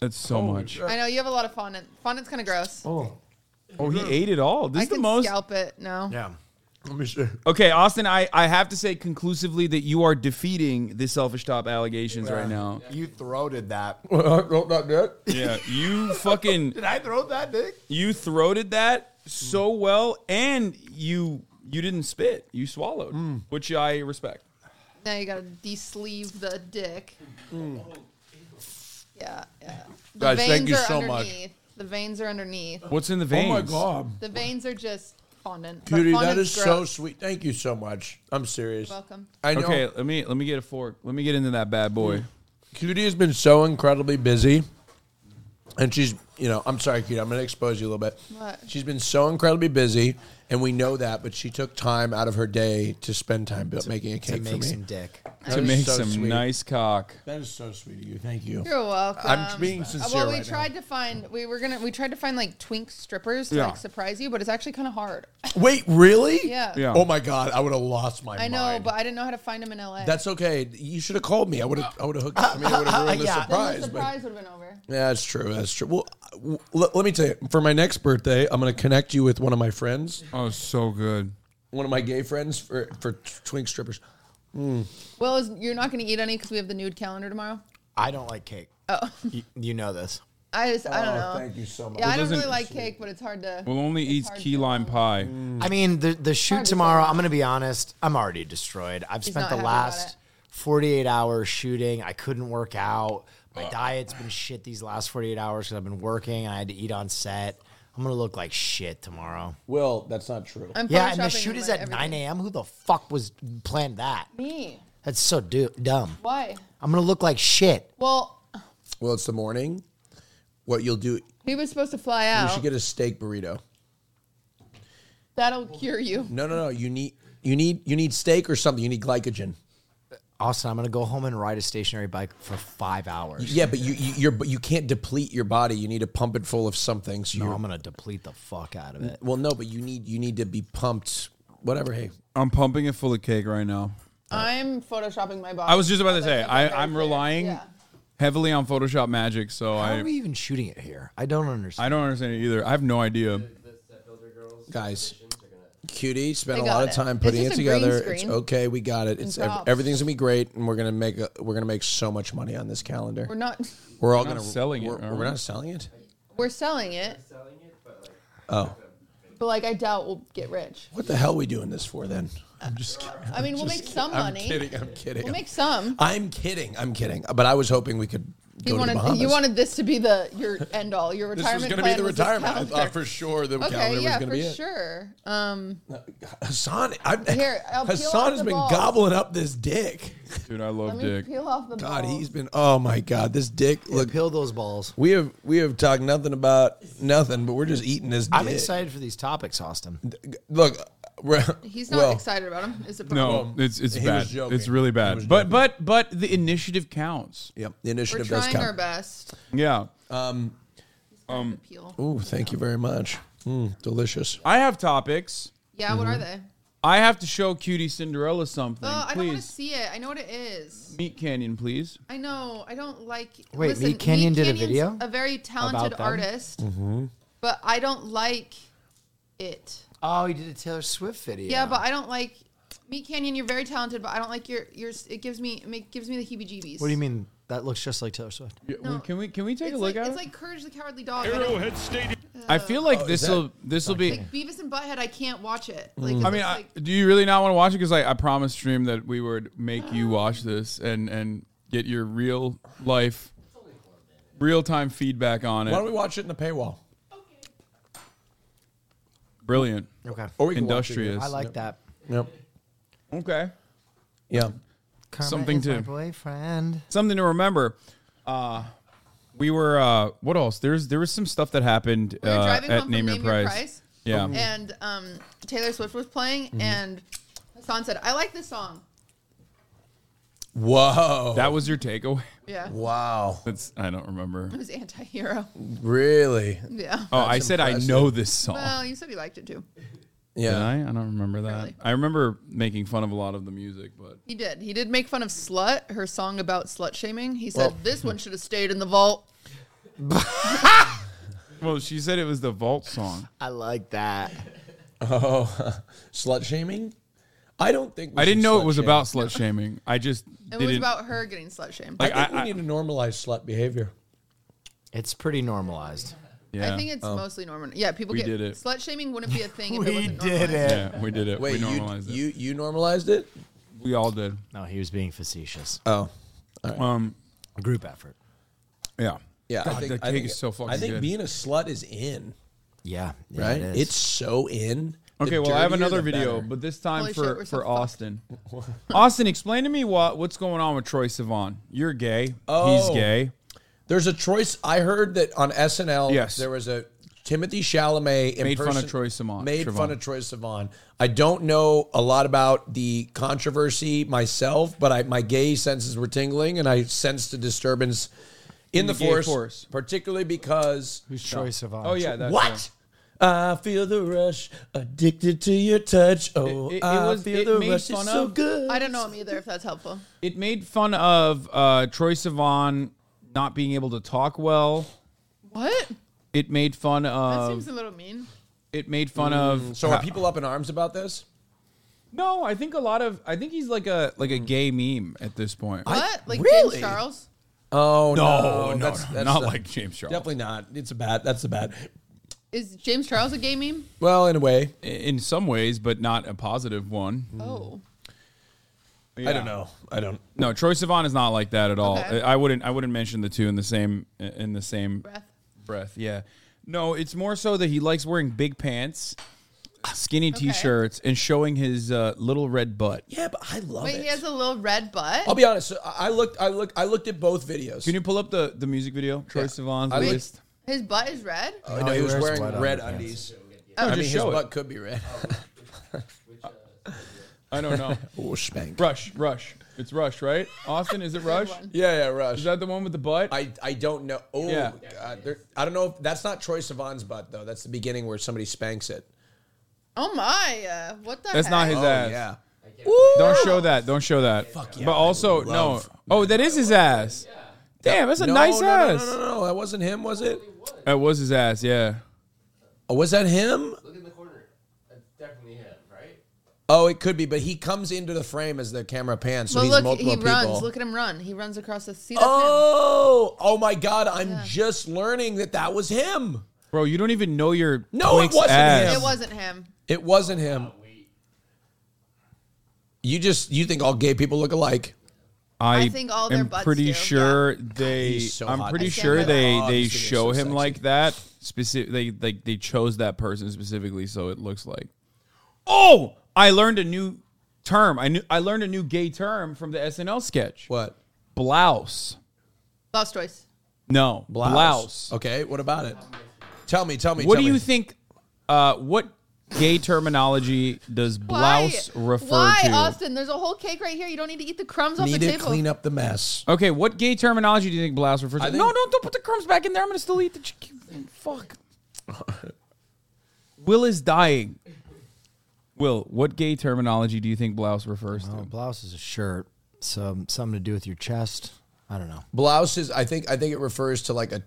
S4: that's so much.
S1: Uh,
S3: I know you have a lot of fondant. Fondant's kind of gross.
S4: Oh, he ate it all. This
S3: I
S4: is the
S3: can
S4: most.
S3: scalp it. No.
S1: Yeah.
S2: Let me see. *laughs*
S4: Okay, Austin, I, I have to say conclusively that you are defeating the selfish top allegations right now.
S1: You throated
S4: *laughs*
S1: that.
S4: Yeah, *laughs* you fucking
S1: Did I throw that, Nick?
S4: you throated that so well, and you you didn't spit, you swallowed, which I respect.
S3: Now you gotta de-sleeve the dick.
S4: Mm.
S3: Yeah, yeah. The
S2: Guys,
S3: veins
S2: thank you
S3: are
S2: so much.
S3: underneath. The veins are underneath.
S4: What's in the
S2: Oh
S4: veins?
S2: my god,
S3: The veins are just fondant. but
S2: Cutie, that is
S3: fondant's
S2: so
S3: gross.
S2: sweet. Thank you so much. I'm serious.
S3: Welcome.
S2: I know.
S4: Okay, let me let me get a fork. Let me get into that bad boy.
S2: Cutie has been so incredibly busy. And she's, you know, I'm sorry, Cutie, I'm going to expose you a little bit.
S3: What?
S2: She's been so incredibly busy, and we know that, but she took time out of her day to spend time bu- making a
S1: To
S2: cake for
S1: make
S2: me.
S1: some dick.
S2: That
S4: to
S2: is
S4: make
S2: so
S4: some
S2: sweet.
S4: nice cock.
S2: That is so sweet of you. Thank you.
S3: You're welcome.
S2: I'm being sincere
S3: Well, we
S2: right now.
S3: tried to find. We were gonna. We tried to find like twink strippers to
S4: Yeah.
S3: like surprise you, but it's actually kind of hard. *laughs*
S2: Wait, really?
S3: Yeah.
S4: Yeah.
S2: Oh my God, I would have lost my
S3: I know,
S2: mind.
S3: but I didn't know how to find them in L.A.
S2: That's okay. You should have called me. I would have. I would have hooked. I mean, I would have
S3: *laughs*
S2: ruined the
S1: Yeah.
S3: then
S2: surprise.
S3: the
S2: but-
S3: surprise would have been over.
S2: Yeah, that's true. That's true. Well, w- let, let me tell you. For my next birthday, I'm going to connect you with one of my friends,
S4: Oh, so good.
S2: one of my gay friends for for twink strippers.
S3: Well, is, you're not gonna eat any because we have the nude calendar tomorrow.
S1: I don't like cake. Oh. You, you know this.
S3: I just. I don't
S4: Oh,
S3: know.
S2: Oh, Thank you so much.
S3: Yeah, I don't really
S4: doesn't-
S3: like cake, but it's hard to.
S4: Well, only
S3: it's
S4: eats
S3: hard
S4: key
S3: to-
S4: lime pie.
S2: Mm.
S1: I mean, the the shoot
S3: Hard to
S1: tomorrow.
S3: say.
S1: I'm gonna be honest. I'm already destroyed. I've spent
S3: not
S1: the
S3: happy about
S1: last
S3: it.
S1: 48 hours shooting. I couldn't work out. My diet's been shit these last 48 hours because I've been working and I had to eat on set. I'm gonna look like shit tomorrow.
S2: Will, that's not true.
S3: I'm
S1: Yeah, and the
S3: photoshopping
S1: shoot
S3: my
S1: is at
S3: everything.
S1: 9 a.m. Who the fuck was planned that?
S3: Me?
S1: That's so du- dumb.
S3: Why?
S1: I'm gonna look like shit.
S3: Well,
S2: well, it's the morning. What you'll do?
S3: he was supposed to fly
S2: You
S3: out.
S2: should get a steak burrito.
S3: That'll cure you.
S2: No, no, no. You need you need you need steak or something. You need glycogen.
S1: Austin, I'm gonna go home and ride a stationary bike for five hours.
S2: Yeah, but you you you're, but you can't deplete your body. You need to pump it full of something. So
S1: No,
S2: you're
S1: I'm gonna deplete the fuck out of it.
S2: well, no, but you need you need to be pumped. Whatever. Hey,
S4: I'm pumping it full of cake right now.
S3: I'm photoshopping my body.
S4: I was just about to say,
S3: That's
S4: I,
S3: okay.
S4: I'm relying
S3: Yeah.
S4: heavily on Photoshop Magic, so
S1: How are we
S4: I
S1: even shooting it here? I don't understand.
S4: I don't understand it either. I have no idea.
S2: guys. Cutie spent
S3: They
S2: a
S3: got
S2: lot of
S3: it.
S2: time
S3: It's
S2: putting it
S3: just a green
S2: together. It's
S3: screen.
S2: okay. We got it. It's ev-
S3: props.
S2: everything's gonna be great, and we're gonna make a, we're gonna make so much money on this calendar.
S3: We're not.
S2: We're all
S4: not
S2: gonna
S4: selling it,
S2: we're-
S4: are
S2: we're
S4: we?
S2: not selling it.
S3: We're selling it,
S2: Oh,
S3: but like I doubt we'll get rich.
S2: what the hell are we doing this for then? I'm just kidding.
S3: I mean, we'll make some
S2: I'm
S3: money.
S2: kidding. I'm kidding.
S3: We'll make some.
S2: I'm kidding. I'm kidding. But I was hoping we could go
S3: You
S2: to the
S3: wanted
S2: Bahamas.
S3: you wanted this to be the your end all. Your
S2: this was
S3: retirement
S2: going to
S3: plan
S2: be the
S3: was this
S2: retirement. I
S3: calendar.
S2: thought for sure the calendar
S3: Okay, yeah,
S2: was
S3: for
S2: going to be
S3: sure. Um,
S2: it. Hassan, I'm,
S3: Here, I'll peel
S2: Hassan
S3: off
S2: has
S3: the
S2: been
S3: balls.
S2: gobbling up this dick.
S4: Dude, I
S3: let
S4: love
S3: me
S4: dick.
S3: peel off the
S2: God,
S3: ball.
S2: he's been. Oh my God, this dick. Look,
S1: Peel those balls.
S2: we have we have talked nothing about nothing, but we're just eating this.
S1: I'm
S2: dick.
S1: excited for these topics, Austin.
S2: Look, we're,
S3: He's not
S2: well,
S3: excited about him. Is it?
S4: No, it's it's
S2: he
S4: bad.
S2: was joking.
S4: It's really
S2: He was
S4: bad. But
S2: joking.
S4: but but the initiative counts.
S2: Yep, the
S3: we're
S2: initiative does
S3: trying our
S2: count.
S3: best.
S4: Yeah.
S2: Uh,
S3: Um, peel.
S2: Oh, thank you very much. Mm, delicious.
S4: I have topics.
S3: Yeah, what
S2: Mm-hmm.
S3: are they?
S4: I have to show Cutie Cinderella something.
S3: Oh, I don't want to
S4: please.
S3: see it. I know what it is.
S4: Meat Canyon, please.
S3: I know. I don't like.
S1: Wait,
S3: listen,
S1: Meat Canyon did a
S3: Canyon's
S1: video
S3: A very
S1: about
S3: talented
S1: them?
S3: artist,
S4: Mm-hmm.
S3: but I don't like it.
S1: Oh, he did a Taylor Swift video.
S3: Yeah, but I don't like Meat Canyon. You're very talented, but I don't like your yours. It gives me it gives me the heebie-jeebies.
S1: what do you mean? That looks just like Taylor Swift.
S4: Yeah,
S3: No.
S4: Can we can we take
S3: It's
S4: a look
S3: like,
S4: at
S3: it's
S4: it?
S3: like Courage the Cowardly Dog. I don't-
S4: I feel like
S2: Oh, is
S4: this will this will be.
S3: Like Beavis and Butthead, I can't watch it. Like,
S1: Mm-hmm.
S4: I mean, I, do you really not want to watch it? Because I, I promised stream that we would make
S3: Ah.
S4: you watch this and and get your real life, real time feedback on
S2: Why don't
S4: it.
S2: we watch it in the paywall?
S4: Brilliant,
S1: Okay.
S4: Oh,
S2: Or we can watch it here.
S4: industrious.
S1: I like that.
S2: Yep.
S4: Okay,
S2: Yeah.
S1: Karma
S4: Something
S1: is My
S4: to-
S1: boyfriend.
S4: something to remember. Uh, we were uh, what else? There's there was some stuff that happened
S3: we were
S4: uh,
S3: driving home
S4: at
S3: from
S4: Name Your Price. Yeah.
S1: Mm-hmm.
S4: Mm-hmm.
S3: and um, Taylor Swift was playing, and Hassan said, "I like this song."
S2: Whoa.
S4: That was your takeaway. *laughs*
S3: Yeah,
S2: wow.
S4: That's I
S3: *laughs*
S4: don't remember.
S3: it was anti-hero.
S2: Really?
S3: Yeah.
S4: Oh, I said
S2: impressive.
S4: I know this song.
S3: Well, you said you liked it too.
S2: Yeah.
S4: Did I? I don't remember that.
S3: Really?
S4: I remember making fun of a lot of the music, but
S3: He did. He did make fun of Slut, her song about slut shaming. He said,
S2: Well- hmm.
S3: This one should have stayed in the vault.
S4: well, she said it was the vault song.
S1: I like that.
S2: *laughs* Oh, slut shaming? I don't think. we
S4: I
S2: should
S4: didn't know
S2: slut
S4: it was
S2: shame.
S4: about slut shaming. I just
S3: It
S4: didn't.
S3: was about her getting slut shamed.
S4: like,
S2: I think
S4: I-
S2: we need to normalize slut behavior.
S1: It's pretty normalized.
S4: yeah,
S3: I think
S2: Oh.
S3: it's mostly normal. Yeah, people
S4: We
S3: get
S4: did it.
S3: Slut shaming wouldn't be a thing if
S1: We
S3: *laughs* it wasn't
S1: did
S3: normalized.
S1: it.
S4: yeah, we did it.
S2: Wait,
S4: we
S2: you,
S4: normalized it.
S2: you you normalized it?
S4: we all did.
S1: No, he was being facetious.
S2: Oh,
S4: Um,
S1: A group effort.
S4: yeah,
S2: yeah.
S4: God,
S2: I think
S4: that cake
S2: I think,
S4: is so fucking
S2: I think
S4: good.
S2: being a slut is in,
S1: Yeah, yeah
S2: right?
S1: It is.
S2: it's so in. The
S4: Okay, well, I have
S2: dirtier,
S4: another
S2: the
S4: video,
S2: better.
S4: but this time
S3: Holy shit,
S4: for,
S3: we're so
S4: for
S3: fucked.
S4: Austin. Austin, explain to me what what's going on with Troy Sivan. You're gay. He's
S2: Oh.
S4: gay.
S2: There's a choice. I heard that on SNL.
S4: Yes.
S2: there was a Timothy Chalamet
S4: Made fun of Troye Sivan-
S2: Made
S4: Sivan.
S2: fun of Troy Sivan. I don't know a lot about the controversy myself, but I, my gay senses were tingling, and I sensed a disturbance in, the,
S4: the gay
S2: force,
S4: force.
S2: particularly because
S1: Who's Troy Sivan?
S4: Oh yeah, that's
S2: what. I feel the rush, addicted to your touch. Oh,
S4: It- it- it
S2: I
S4: was-
S2: feel
S4: it
S2: the
S4: made
S2: rush. It's
S4: fun
S2: so
S4: of-
S2: good.
S3: I don't know him either if that's helpful.
S4: It made fun of uh, Troy Sivan not being able to talk well.
S3: What?
S4: It made fun
S3: That
S4: of.
S3: seems a little mean.
S4: It made fun of.
S2: Mm. So are people up in arms about this?
S4: No, I think a lot of. I think he's like a like a
S2: Mm.
S4: gay meme at this point.
S3: What? Like
S2: really?
S3: James Charles?
S2: Oh
S4: no, no,
S2: no, that's,
S4: no,
S2: that's
S4: not
S2: the-
S4: like James Charles.
S2: Definitely not. It's a bad. That's a bad.
S3: Is James Charles a gay meme?
S2: Well, in a way,
S4: In some ways, but not a positive one.
S2: Hmm.
S3: Oh.
S2: I don't know. I don't.
S4: No, Troy Sivan is not like that at all.
S3: Okay.
S4: I I wouldn't. I wouldn't mention the two in the same in the same
S3: Breath.
S4: breath. Yeah. No, it's more so that he likes wearing big pants, skinny t-shirts, and showing his uh, little red butt.
S2: Yeah, but I love
S3: Wait,
S2: it.
S3: he has a little red butt?
S2: I'll be honest. so I I looked. I looked. I looked at both videos.
S4: Can you pull up the the music video? Troy
S2: Yeah.
S4: Sivan's
S2: I looked-
S4: latest.
S3: His butt is red?
S2: Oh,
S1: No,
S2: no, he
S1: he
S2: was
S1: wears
S2: wearing
S1: wet
S2: red
S1: underpants.
S2: undies.
S4: I
S2: I mean,
S4: Oh, just
S2: his
S4: show
S2: butt
S4: it. Oh,
S2: could be red.
S4: I don't
S2: *laughs*
S4: know.
S2: oh, spank.
S4: Rush, Rush. It's Rush, right? Austin, is it Rush?
S3: one.
S2: Yeah, yeah, Rush.
S4: Is that the one with the butt?
S2: I, I don't know. Oh,
S4: Yeah.
S2: God. There, I don't know. if That's not Troy Sivan's butt though. That's the beginning where somebody spanks it.
S3: Oh my. Uh, what the
S4: That's
S3: heck?
S4: not his
S2: Oh
S4: ass.
S2: yeah.
S4: Don't show that. Don't show that.
S2: yeah,
S4: but
S2: I
S4: also, no.
S2: love-
S4: Oh, that is his ass. Damn, that's a
S2: no,
S4: nice
S2: no,
S4: ass.
S2: No, no, no, no, that wasn't him, was it?
S4: That was his ass, yeah.
S2: Oh, was that him?
S5: Look in the corner. That's definitely him, right?
S2: Oh, it could be, but he comes into the frame as the camera pans, so
S3: But
S2: he's
S3: look,
S2: multiple
S3: he
S2: people.
S3: runs. Look at him run. He runs across the sea. That's him.
S2: Oh, oh my God! I'm
S3: Yeah.
S2: just learning that that was him.
S4: Bro, you don't even know your
S2: No, it
S4: twink's
S2: wasn't
S4: ass.
S3: It wasn't him.
S2: It wasn't
S5: Oh,
S2: him. You just you think all gay people look alike?
S4: I,
S3: I think all their
S4: am
S3: butts
S4: pretty
S3: do,
S4: sure they.
S2: he's so
S4: I'm
S2: hot.
S4: pretty
S2: I
S3: stand
S4: sure
S3: by that.
S4: they
S2: Oh, this
S4: they
S2: video is
S4: show
S2: so
S4: him
S2: sexy.
S4: like that. Specific, they like they chose that person specifically, so it looks like. Oh, I learned a new term. I knew I learned a new gay term from the SNL sketch.
S2: What
S4: Blouse.
S3: Lost choice.
S4: No, blouse.
S2: Okay, what about it? Tell me, tell me.
S4: What
S2: tell
S4: do you
S2: me.
S4: think? Uh, what gay terminology does blouse
S3: Why?
S4: refer
S3: Why,
S4: to?
S3: Austin? There's a whole cake right here. You don't need to eat the crumbs off the
S2: Need to
S3: table.
S2: clean up the mess.
S4: Okay, what gay terminology do you think blouse refers to?
S2: I think-
S4: no, don't, don't put the crumbs back in there. I'm going to still eat the chicken. *laughs* Fuck. Will is dying. Will, what gay terminology do you think blouse refers to?
S1: Well, blouse is a shirt, so something to do with your chest. I don't know.
S2: Blouse is. I think. I think it refers to like a,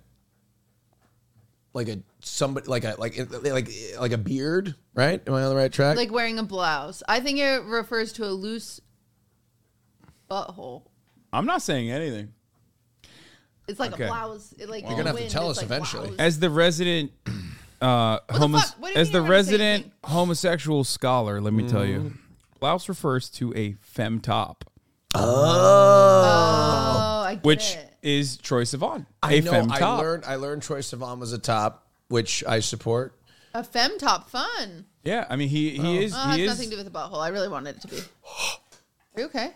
S2: like a somebody like a like like like a beard. Right? Am I on the right track?
S3: Like wearing a blouse. I think it refers to a loose butthole.
S4: I'm not saying anything.
S3: It's like
S4: Okay.
S3: a blouse. It like
S2: You're gonna have to
S3: wind,
S2: tell
S3: it's
S2: us
S3: like
S2: eventually.
S3: blouse.
S4: As the resident *clears throat* uh, homo-
S3: fuck? What do you
S4: as
S3: mean you're gonna
S4: the
S3: say
S4: resident
S3: anything?
S4: homosexual scholar, let me tell
S2: Mm-hmm.
S4: you. Blouse refers to a femme top,
S3: oh, I get
S4: which
S3: it.
S4: is Troy Sivan.
S2: I
S4: a
S2: know.
S4: femme
S2: I
S4: top.
S2: learned. I learned Troy Sivan was a top, which I support.
S3: A fem top fun.
S4: Yeah, I mean he he is
S3: Oh, it has
S4: he is
S3: nothing to do with the butthole. I really wanted
S2: *gasps*
S3: it to be. Are you okay?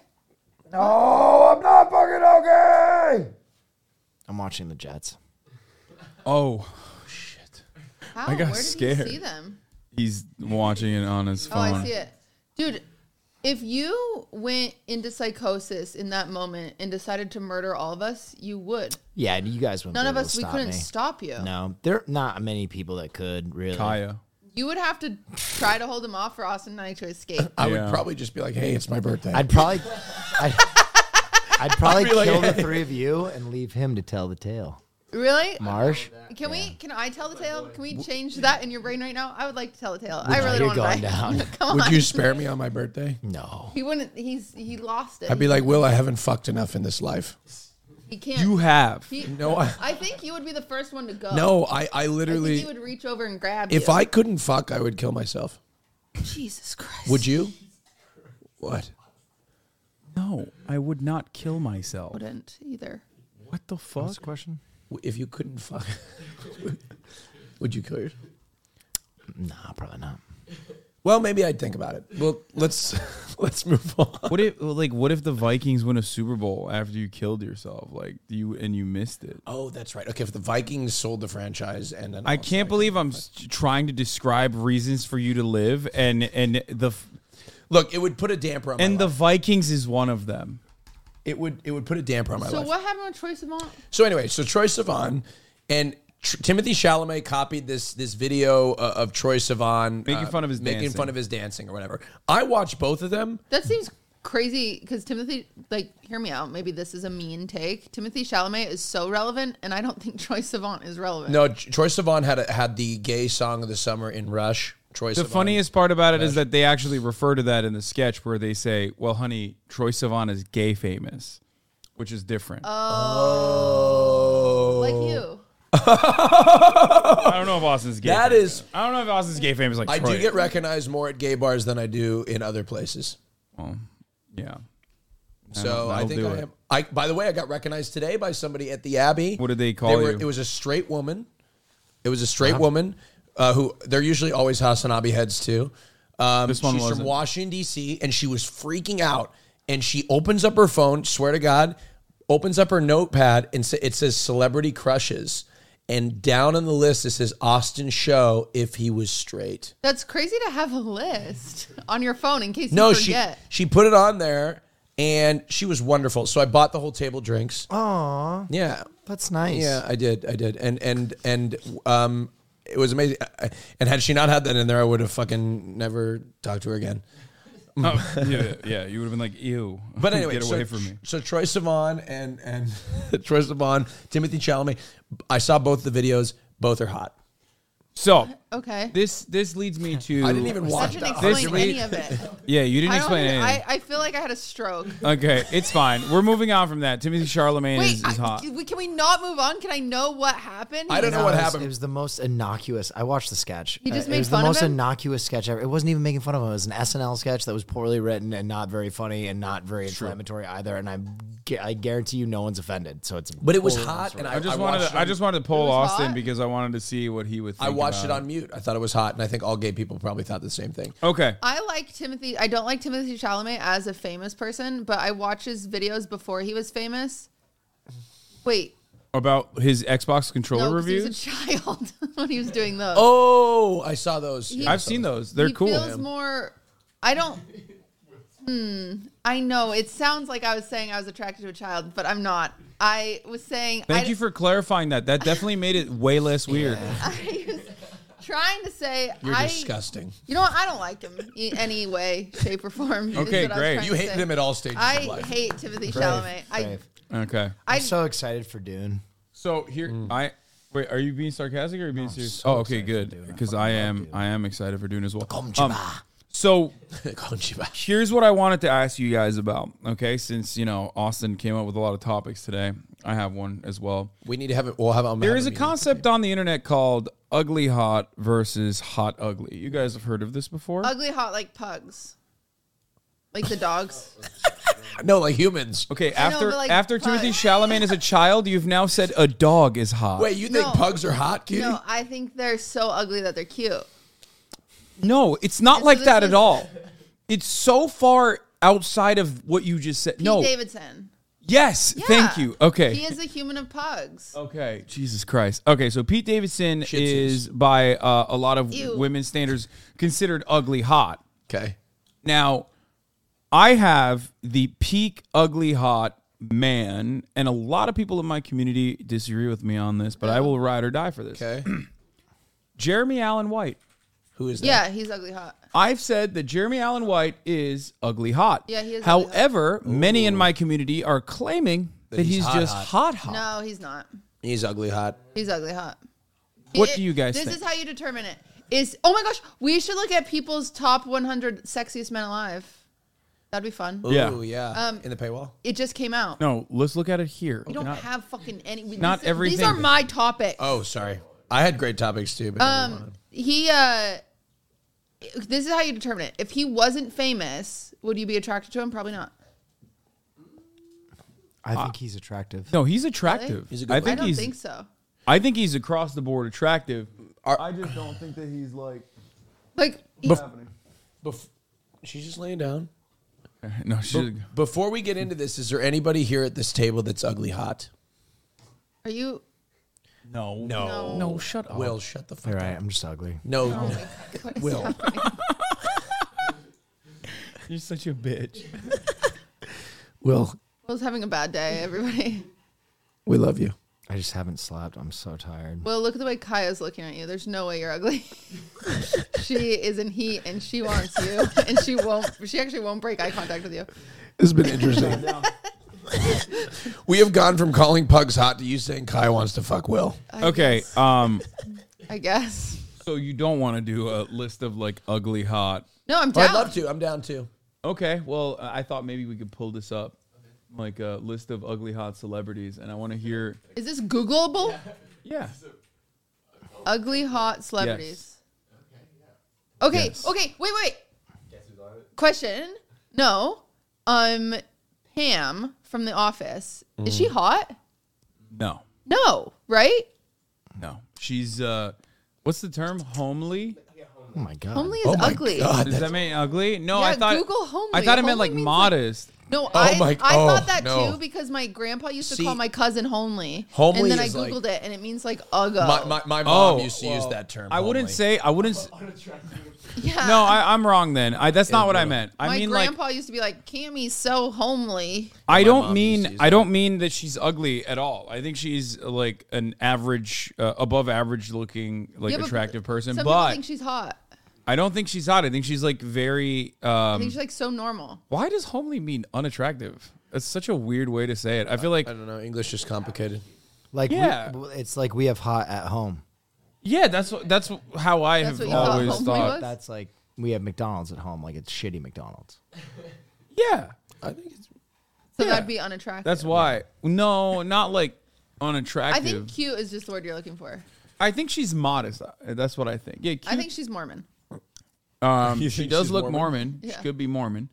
S2: No, I'm not fucking okay.
S1: I'm watching the Jets.
S4: Oh,
S3: How?
S4: got
S3: Where did
S4: scared.
S3: you see them?
S4: he's watching it on his
S3: Oh,
S4: phone.
S3: I see it. Dude, if you went into psychosis in that moment and decided to murder all of us, you would.
S1: Yeah, and you guys wouldn't.
S3: None
S1: be
S3: of
S1: able to
S3: us, we
S1: stop
S3: couldn't
S1: me.
S3: stop you.
S1: No, there are not many people that could really.
S4: Kaya.
S3: You would have to try to hold him off for Austin and I to escape.
S2: I
S4: Yeah.
S2: would probably just be like, "Hey, it's my birthday."
S1: I'd probably, I'd, I'd probably
S2: *laughs* I'd be like,
S1: kill the
S2: "Hey."
S1: three of you and leave him to tell the tale.
S3: Really?
S1: Marsh.
S3: Can we? Can I tell the tale? Can we change that in your brain right now? I would like to tell the tale. I really
S1: You're
S3: don't
S1: going
S3: want to.
S1: down.
S3: *laughs* Come
S2: Would
S3: on.
S2: you spare me on my birthday?
S1: No.
S3: He wouldn't. He's he lost it.
S2: I'd be like, Will, I haven't fucked enough in this life.
S3: he can't.
S4: You have.
S3: he,
S2: *laughs* No, I,
S3: I think you would be the first one to go.
S2: no, I, I
S3: I Oh. think
S2: literally,
S3: he would reach over and grab
S2: if
S3: you.
S2: I couldn't fuck, I would kill myself.
S3: Jesus Christ.
S2: Would
S3: *laughs*
S2: you? What?
S4: No, I would not kill myself.
S3: Wouldn't either.
S4: What the fuck?
S1: question?
S2: W- If you couldn't fuck, *laughs* would you kill yourself?
S1: Nah, probably not.
S2: Well, maybe I'd think about it. Well,
S4: *laughs*
S2: let's let's move on.
S4: What if like what if the Vikings win a Super Bowl after you killed yourself? Like you and you missed it.
S2: Oh, that's right. Okay, if the Vikings sold the franchise and then
S4: I
S2: also-
S4: can't believe I'm s- trying to describe reasons for you to live and and the f-
S2: look, it would put a damper on
S4: and
S2: my
S4: the
S2: life.
S4: Vikings is one of them.
S2: It would it would put a damper on my
S3: So
S2: life.
S3: what happened with Troy Savant?
S2: So anyway, so Troy Sivan and Tr- Timothy Chalamet copied this this video uh, of Troy Sivan uh,
S4: Making fun of his
S2: making
S4: dancing.
S2: fun of his dancing or whatever. I watched both of them.
S3: That seems crazy because Timothy, like, hear me out. Maybe this is a mean take. Timothy Chalamet is so relevant, and I don't think *laughs* Troy Savant is relevant.
S2: No, Tr- Troy Sivan had a, had the gay song of the summer in Rush. Troy
S4: The
S2: Sivan.
S4: funniest part about it is that they actually refer to that in the sketch where they say, "Well, honey, Troy Sivan is gay famous," which is different.
S2: Oh,
S3: Like you.
S4: I don't know if Austin's gay.
S2: That
S4: famous.
S2: is-
S4: I don't know if Austin's gay famous like
S2: I
S4: Troy.
S2: do get recognized more at gay bars than I do in other places.
S4: Well, *laughs* yeah.
S2: So I
S4: that'll
S2: think
S4: do
S2: I
S4: it.
S2: am. I by the way, I got recognized today by somebody at the Abbey.
S4: What did they call you? Uh-huh.
S2: It was a straight woman. It was a straight woman uh, who they're usually always Hasanabi heads too. Um,
S4: This one
S2: she's
S4: wasn't.
S2: from Washington D.C. and she was freaking out. And she opens up her phone. Swear to God, opens up her notepad and sa- it says celebrity crushes. And down on the list it says Austin Show if he was straight.
S3: That's crazy to have a list *laughs* on your phone in case
S2: No,
S3: you
S2: she
S3: forget.
S2: she put it on there, and she was wonderful. So I bought the whole table drinks.
S1: Aw,
S2: Yeah,
S1: that's nice.
S2: yeah, I did, I did, and and and um, it was amazing. I- I- And had she not had that in there, I would have fucking never talked to her again.
S4: Oh, yeah, yeah, you would have been like, *laughs* "Ew."
S2: But anyway,
S4: get
S2: so-
S4: away from
S3: *laughs*
S4: me.
S2: So Troy Sivan and and *laughs* Troy Sivan, Timothy Chalamet. I saw both the videos. Both are hot.
S4: So
S3: Okay.
S4: this this leads me to
S2: I didn't
S4: *laughs*
S2: even
S3: I
S2: watch
S3: didn't
S2: that.
S3: explain
S4: This
S3: any
S4: week-
S3: of it.
S4: Yeah, you didn't
S3: I, don't,
S4: explain anything.
S3: I, I feel like I had a stroke.
S4: Okay, it's fine. We're moving on from that. Timothy Charlemagne
S3: Wait,
S4: is, is
S3: I-
S4: hot.
S3: can we- can we not move on? Can I know what happened?
S2: I don't know
S1: No,
S2: what
S1: it was-
S2: happened.
S1: It was the most innocuous. I watched the sketch.
S3: He just
S1: Uh,
S3: made
S1: it was
S3: fun
S1: the
S3: of
S1: most
S3: him?
S1: innocuous sketch ever. It wasn't even making fun of him. It was an SNL sketch that was poorly written and not very funny and not very inflammatory either. And I, gu- I guarantee you, no one's offended. So it's.
S2: but it was hot, and I,
S4: Oh, I just
S2: I
S4: wanted
S2: watched
S4: to, I
S2: it.
S4: just wanted to poll
S3: It was
S4: Austin
S3: hot?
S4: because I wanted to see what he would. think
S2: I watched it
S4: about
S2: on mute. I thought it was hot, and I think all gay people probably thought the same thing.
S4: Okay,
S3: I like Timothy. I don't like Timothy Chalamet as a famous person, but I watch his videos before he was famous. Wait,
S4: about his Xbox controller
S3: no, 'cause he
S4: reviews.
S3: was a child *laughs* when he was doing those.
S2: Oh, I saw those.
S3: He-
S2: Yeah, I
S4: I've
S2: saw
S4: seen those. They're
S3: he
S4: cool.
S3: Feels more. I don't. Hmm. I know it sounds like I was saying I was attracted to a child, but I'm not. I was saying.
S4: Thank
S3: I, *laughs*
S4: you for clarifying that. That definitely made it way less weird.
S3: I was trying to say
S2: You're
S3: I.
S2: disgusting.
S3: You know what? I don't like him in any way, shape, or form. is
S4: Okay,
S3: what I was
S4: great.
S3: trying
S2: You
S3: to
S2: hated
S3: say.
S2: him at all stages
S3: I
S2: of life.
S3: hate Timothy
S1: Brave,
S3: Chalamet. I,
S1: brave.
S4: Okay, Mm.
S1: I'm
S3: I
S1: so excited for Dune.
S4: so here I wait. Are you being sarcastic or are you being serious? oh, okay, good. Because I am I am excited for Dune as well. Um, so
S2: *laughs* Konnichiwa.
S4: here's what I wanted to ask you guys about. Okay, since you know Austin came up with a lot of topics today, I have one as well.
S2: we need to have it. We'll have it.
S4: There is a concept on the internet called ugly hot versus hot ugly. You guys have heard of this before?
S3: ugly hot like pugs, like the dogs.
S2: No, like humans.
S4: Okay,
S3: I know,
S4: after
S3: but, like,
S4: after
S3: fuck. *laughs*
S4: Timothy Chalamet is a child, you've now said a dog is hot.
S2: Wait, you think
S3: No.
S2: pugs are hot, cutie?
S3: no, I think they're so ugly that they're cute.
S4: no, it's not
S3: So
S4: like
S3: this
S4: that
S3: is-
S4: at all. It's so far outside of what you just said.
S3: Pete
S4: no.
S3: Davidson.
S4: Yes,
S3: Yeah.
S4: thank you. Okay. Oh,
S3: He is a human of pugs.
S4: Okay, Jesus Christ. Okay, so Pete Davidson
S2: Shih Tzus.
S4: is by uh, a lot of
S3: Ew.
S4: women's standards considered ugly hot.
S2: Okay.
S4: Now, I have the peak ugly hot man, and a lot of people in my community disagree with me on this, but I will ride or die for this.
S2: Okay.
S4: Jeremy Allen White.
S2: *clears throat* Who is that?
S3: Yeah, he's ugly hot.
S4: I've said that Jeremy Allen White is ugly hot.
S3: Yeah, he is ugly hot.
S4: However, many in my community are claiming that,
S2: he's
S4: he's,
S2: hot
S4: just
S2: hot.
S4: hot hot.
S3: No, he's not.
S2: He's ugly hot.
S3: He's ugly hot.
S4: What
S3: It-
S4: do you guys
S3: This
S4: think?
S3: is how you determine it. Is oh my gosh, we should look at people's top 100 sexiest men alive. That'd be fun.
S2: Ooh,
S4: Yeah.
S2: yeah.
S3: Um,
S2: In the paywall.
S3: It just came out.
S4: No, let's look at it here.
S3: We don't
S4: Not-
S3: have fucking any. we-
S4: not
S3: these, These
S4: everything.
S3: are my topics.
S2: Oh, sorry. I had great topics too, but nobody
S3: Um,
S2: wanted.
S3: he uh, this is how you determine it. If he wasn't famous, would you be attracted to him? Probably not.
S1: I think he's attractive.
S4: no, he's attractive.
S2: He's a good
S4: I
S2: looker.
S3: I
S4: think
S3: don't
S4: he's.
S3: think so.
S4: I think he's across the board attractive.
S2: Are-
S4: I just don't think that he's like.
S3: Like he-
S4: happening.
S2: Bef- she's just laying down.
S4: *laughs* No, she's.
S2: Before we get into this, is there anybody here at this table that's ugly hot?
S3: Are you?
S4: No.
S3: No.
S4: No, shut up.
S2: Will, shut the fuck
S1: All
S2: up.
S1: right, I'm just ugly.
S2: No,
S3: Oh my God, what is
S2: Will.
S3: happening?
S4: You're such a bitch.
S2: Will,
S3: Will's having a bad day. Everybody.
S2: we love you.
S1: I just haven't slept. I'm so tired.
S3: Will, look at the way Kaya's looking at you. There's no way you're ugly. *laughs* she is in heat and she wants you, and she won't. She actually won't break eye contact with you.
S2: This has been interesting. we have gone from calling pugs hot to you saying Kai wants to fuck Will.
S3: I
S4: Okay.
S3: guess-
S4: Um.
S3: I guess.
S4: So you don't want to do a list of like ugly hot.
S3: No, I'm
S2: Oh,
S3: down.
S2: I'd love to. I'm down too.
S4: Okay. Well, I I thought maybe we could pull this up, like a list of ugly hot celebrities, and I want to hear.
S3: Is this Googleable?
S4: Yeah.
S3: Ugly hot celebrities. Okay.
S4: Yes.
S3: Okay. Wait. Wait.
S5: Guess who's on it?
S3: Question. No. Um, Pam from The Office. Is
S4: Mm.
S3: she hot?
S4: No.
S3: No. Right.
S4: No. She's uh, what's the term? Homely.
S1: Oh my god.
S3: Homely is
S2: Oh my
S3: ugly.
S2: God,
S4: Does
S2: that's-
S4: that mean ugly? No,
S3: Yeah,
S4: I thought
S3: Google homely.
S4: I thought it meant
S3: Homely
S4: like
S3: means, like-
S4: modest.
S3: No, I,
S2: my-
S3: I
S2: oh,
S3: thought that
S2: no.
S3: too because my grandpa used to
S2: See,
S3: call my cousin homely.
S2: homely
S3: And then I
S2: is like-
S3: Googled it and it means like uggo.
S2: my, my, my mom
S4: oh,
S2: used to
S4: well,
S2: use that term.
S4: I wouldn't
S2: homely.
S4: say. I wouldn't. s-
S3: *laughs* yeah.
S4: No, I, I'm wrong. Then I, that's not what I meant. I
S3: my
S4: mean, like,
S3: grandpa used to be like, Cammy's so homely.
S4: I
S2: mom
S4: don't
S2: used to
S4: mean.
S2: use
S4: I don't mean that she's ugly at all. I think she's uh, like an average, uh, above average looking, like
S3: Yeah, but
S4: attractive person.
S3: Some people
S4: But
S3: think she's hot.
S4: I don't think she's hot. I think she's like very.
S3: I
S4: Um,
S3: think she's like so normal.
S4: why does homely mean unattractive? That's such a weird way to say it. I feel like.
S2: I don't know. English is complicated.
S1: Like
S4: Yeah.
S1: we, it's like we have hot at home.
S4: Yeah, that's what- that's how I
S3: That's
S4: have
S3: what you thought
S4: always
S3: homely
S4: thought.
S3: was?
S1: That's like we have McDonald's at home. Like it's shitty McDonald's.
S4: Yeah,
S2: I think it's
S3: So
S4: Yeah.
S3: that'd be unattractive.
S4: that's why. No, not like
S3: I
S4: unattractive.
S3: think cute is just the word you're looking for.
S4: I think she's modest. uh, That's what I think. Yeah, cute.
S3: I think she's Mormon.
S4: um,
S2: You
S4: she
S2: think
S4: does
S2: she's
S4: look Mormon.
S2: Mormon?
S3: Yeah.
S4: She could be Mormon.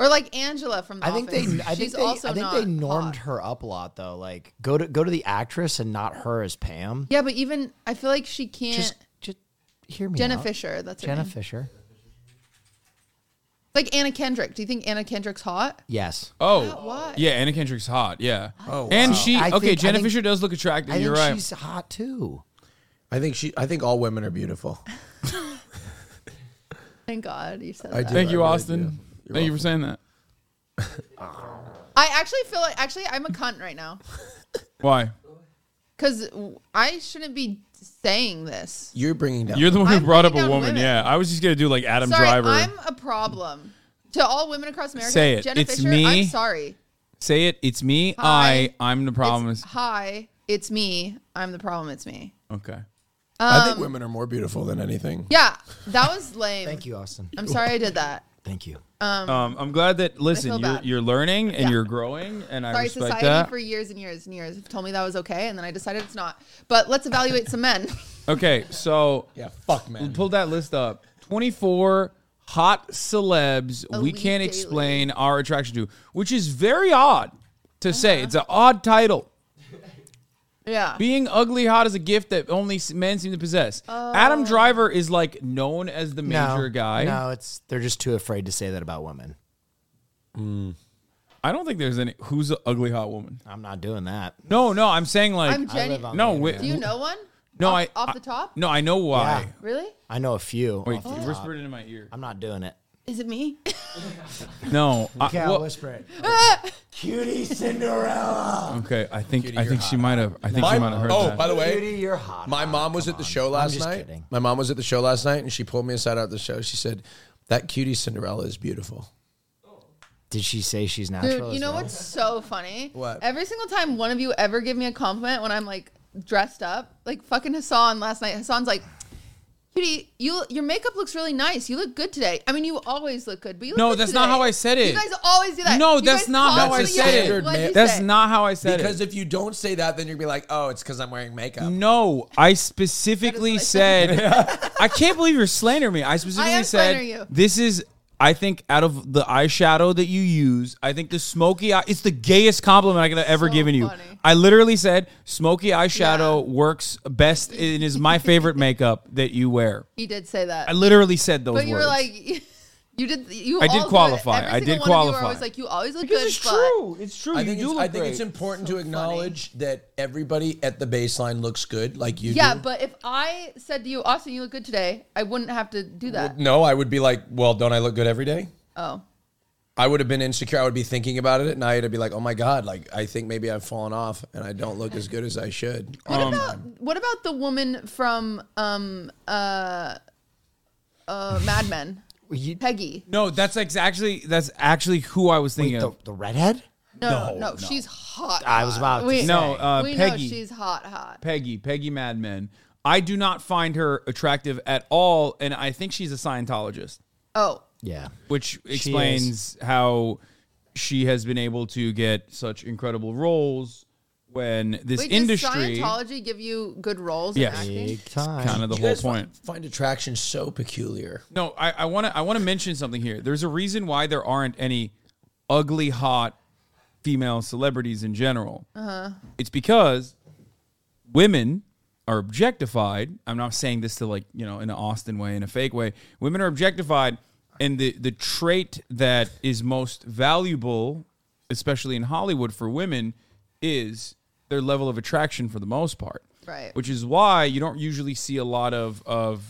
S3: Or like Angela from the
S1: I think they.
S3: Office.
S1: I think
S3: she's
S1: they.
S3: also
S1: I think
S3: not
S1: they normed
S3: hot.
S1: her up a lot though. Like go to go to the actress and not her as Pam.
S3: Yeah, but even I feel like she can't
S1: Just just hear me.
S3: Jenna
S1: out.
S3: Fisher, that's her
S1: Jenna
S3: name.
S1: Fisher.
S3: Like Anna Kendrick. Do you think Anna Kendrick's hot?
S1: Yes.
S4: Oh,
S3: why?
S4: yeah. Anna Kendrick's hot. Yeah.
S2: Oh, wow.
S4: and she.
S1: I
S4: okay,
S1: think- I
S4: Jenna
S1: think-
S4: Fisher does look attractive.
S1: I think
S4: You're right.
S1: she's hot too.
S2: I think she. I think all women are beautiful.
S3: Thank God you said
S2: I
S3: that.
S2: do.
S4: Thank you,
S2: really
S4: Austin.
S2: do.
S4: Thank you for saying that.
S3: I actually feel like actually I'm a cunt right now
S4: Why?
S3: because I shouldn't be saying this.
S2: You're bringing down.
S4: You're the one who
S3: I'm
S4: brought up a
S3: bringing down
S4: woman.
S3: women.
S4: Yeah, I was just gonna do like Adam
S3: sorry,
S4: Driver.
S3: I'm a problem to all women across America.
S4: Say it.
S3: Jenna
S4: It's
S3: Fisher.
S4: me.
S3: I'm sorry.
S4: Say it. It's me.
S3: Hi.
S4: I. I'm the problem.
S3: It's, hi, it's me. I'm the problem. It's me.
S4: okay.
S2: I
S4: Um,
S2: think women are more beautiful than anything.
S3: Yeah, that was *laughs* lame.
S1: Thank you, Austin.
S3: I'm sorry I did that.
S1: Thank you.
S4: Um, I'm glad that listen, you're,
S3: bad.
S4: you're learning and
S3: Yeah.
S4: you're growing, and I
S3: Sorry,
S4: respect
S3: society
S4: that.
S3: for years and years and years have told me that was okay, and then I decided it's not. But let's evaluate some men. *laughs*
S4: okay, so
S2: Yeah, fuck man.
S4: pull that list up. 24 hot celebs we
S3: Elite
S4: can't
S3: Daily.
S4: explain our attraction to, which is very odd to
S3: Uh-huh.
S4: say. It's an odd title.
S3: yeah.
S4: Being ugly hot is a gift that only s- men seem to possess.
S3: Oh.
S4: Adam Driver is like known as the
S1: no,
S4: major guy.
S1: No, it's they're just too afraid to say that about women.
S4: I don't think there's any. Who's an ugly hot woman?
S1: I'm not doing that.
S4: No, no. I'm saying like
S3: I'm
S1: I live
S3: genuine.
S1: on
S4: No,
S1: the
S4: wait-
S1: internet.
S3: Do you know one?
S4: No,
S3: off,
S4: I-
S3: off
S4: I-
S3: the top.
S4: No, I know why.
S1: Yeah.
S3: Really?
S1: I know a few.
S4: Wait,
S3: Oh.
S1: off the top.
S4: whisper it into my ear.
S1: I'm not doing it.
S3: Is it me?
S4: No. I-
S1: Okay,
S4: well-
S1: I'll whisper it. *laughs* Cutie Cinderella.
S4: okay. I think
S2: Cutie,
S4: I
S2: you're
S4: think she
S2: hot.
S4: might have. I think
S2: My-
S4: she might have heard
S2: oh,
S4: that.
S2: by the way,
S1: Cutie, you're hot.
S2: my mom was
S1: Ah, Come
S2: at the
S1: on.
S2: show last
S1: I'm just
S2: night.
S1: Kidding.
S2: My mom was at the show last night, and she pulled me aside at the show. She said, "That cutie Cinderella is beautiful."
S1: Did she say she's natural?
S3: Dude,
S1: as
S3: you know
S1: well?
S3: what's so funny?
S2: What?
S3: Every single time one of you ever give me a compliment when I'm like dressed up, like fucking Hassan last night, Hassan's like, Cutie, you your makeup looks really nice. You look good today. I mean, you always look good, but you look
S4: No,
S3: good
S4: that's not
S3: today."
S4: how I said it.
S3: You guys always do that.
S4: No,
S3: You
S4: that's
S3: guys
S4: not
S3: call
S4: how I
S3: me-
S4: said
S3: Yeah,
S2: it.
S3: what'd you
S2: That's
S3: say?
S4: That's not how I said
S2: Because
S4: it.
S2: if you don't say that, then you're gonna be like, oh, it's because I'm wearing makeup.
S4: no, I specifically
S3: That is what I
S4: said. *laughs* I can't believe you're slandering me. I specifically
S3: am
S4: said
S3: slandering you.
S4: this is. I think out of the eyeshadow that you use, I think the smoky eye, it's the gayest compliment I could have ever
S3: So
S4: given you.
S3: funny.
S4: I literally said smoky eyeshadow works best and is my favorite makeup that you wear.
S3: He did say that.
S4: I literally said those
S3: but you
S4: words.
S3: were like, *laughs* you did. You.
S4: I did
S3: all do it.
S4: qualify.
S3: Every
S4: I
S3: single one
S4: did
S3: of You were
S4: qualify.
S3: always like, you always look
S4: Because
S3: good.
S4: it's
S3: but
S4: true. It's true.
S2: I
S4: you
S2: think,
S4: do
S2: it's,
S4: look
S2: I think it's
S4: great.
S2: important
S3: So
S2: to acknowledge that everybody at the baseline looks good, like you
S3: Yeah,
S2: do.
S3: but if I said to you, Austin, you look good today, I wouldn't have to do that.
S2: no, I would be like, well, don't I look good every day?
S3: Oh.
S2: I would have been insecure. I would be thinking about it at night. I'd be like, oh my God, like I think maybe I've fallen off and I don't look as good as I should. Um,
S3: What about what about the woman from um uh uh Mad Men?
S1: Well, you-
S3: Peggy.
S4: No, that's exactly that's actually who I was thinking
S1: Wait,
S4: of.
S1: the, the redhead?
S3: No, no,
S4: no.
S3: she's hot.
S1: I was
S3: hot.
S1: about to
S3: we,
S1: say.
S4: No, uh,
S3: we
S4: Peggy.
S3: know she's hot, hot.
S4: Peggy, Peggy Mad Men. I do not find her attractive at all, and I think she's a Scientologist,
S3: Oh,
S1: Yeah.
S4: which explains how she has been able to get such incredible roles when this
S3: wait,
S4: industry
S3: Does Scientology give you good roles?
S4: Yes.
S3: In acting?
S1: Big time.
S4: kind of the
S2: You
S4: whole
S2: guys fi-
S4: point.
S2: Find attraction so peculiar.
S4: No, I, I want to I want to mention something here. There's a reason why there aren't any ugly hot female celebrities in general. Uh-huh. It's because women are objectified. I'm not saying this to like you know in an Austin way, in a fake way. Women are objectified, and the the trait that is most valuable, especially in Hollywood for women, is their level of attraction for the most part.
S3: Right.
S4: Which is why you don't usually see a lot of of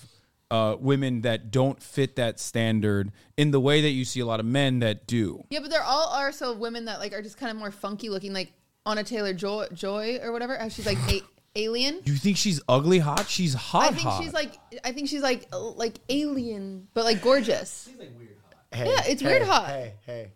S4: uh, women that don't fit that standard in the way that you see a lot of men that do.
S3: Yeah, but there all are so women that like are just kind of more funky looking, like Anna Taylor Joy, Joy or whatever. How she's like a- alien.
S4: Do you think she's ugly hot? She's hot.
S3: I think
S4: hot.
S3: she's like I think she's like like alien, but like gorgeous.
S1: Hey,
S3: Yeah, it's weird
S1: hey,
S3: hot.
S1: Hey, hey.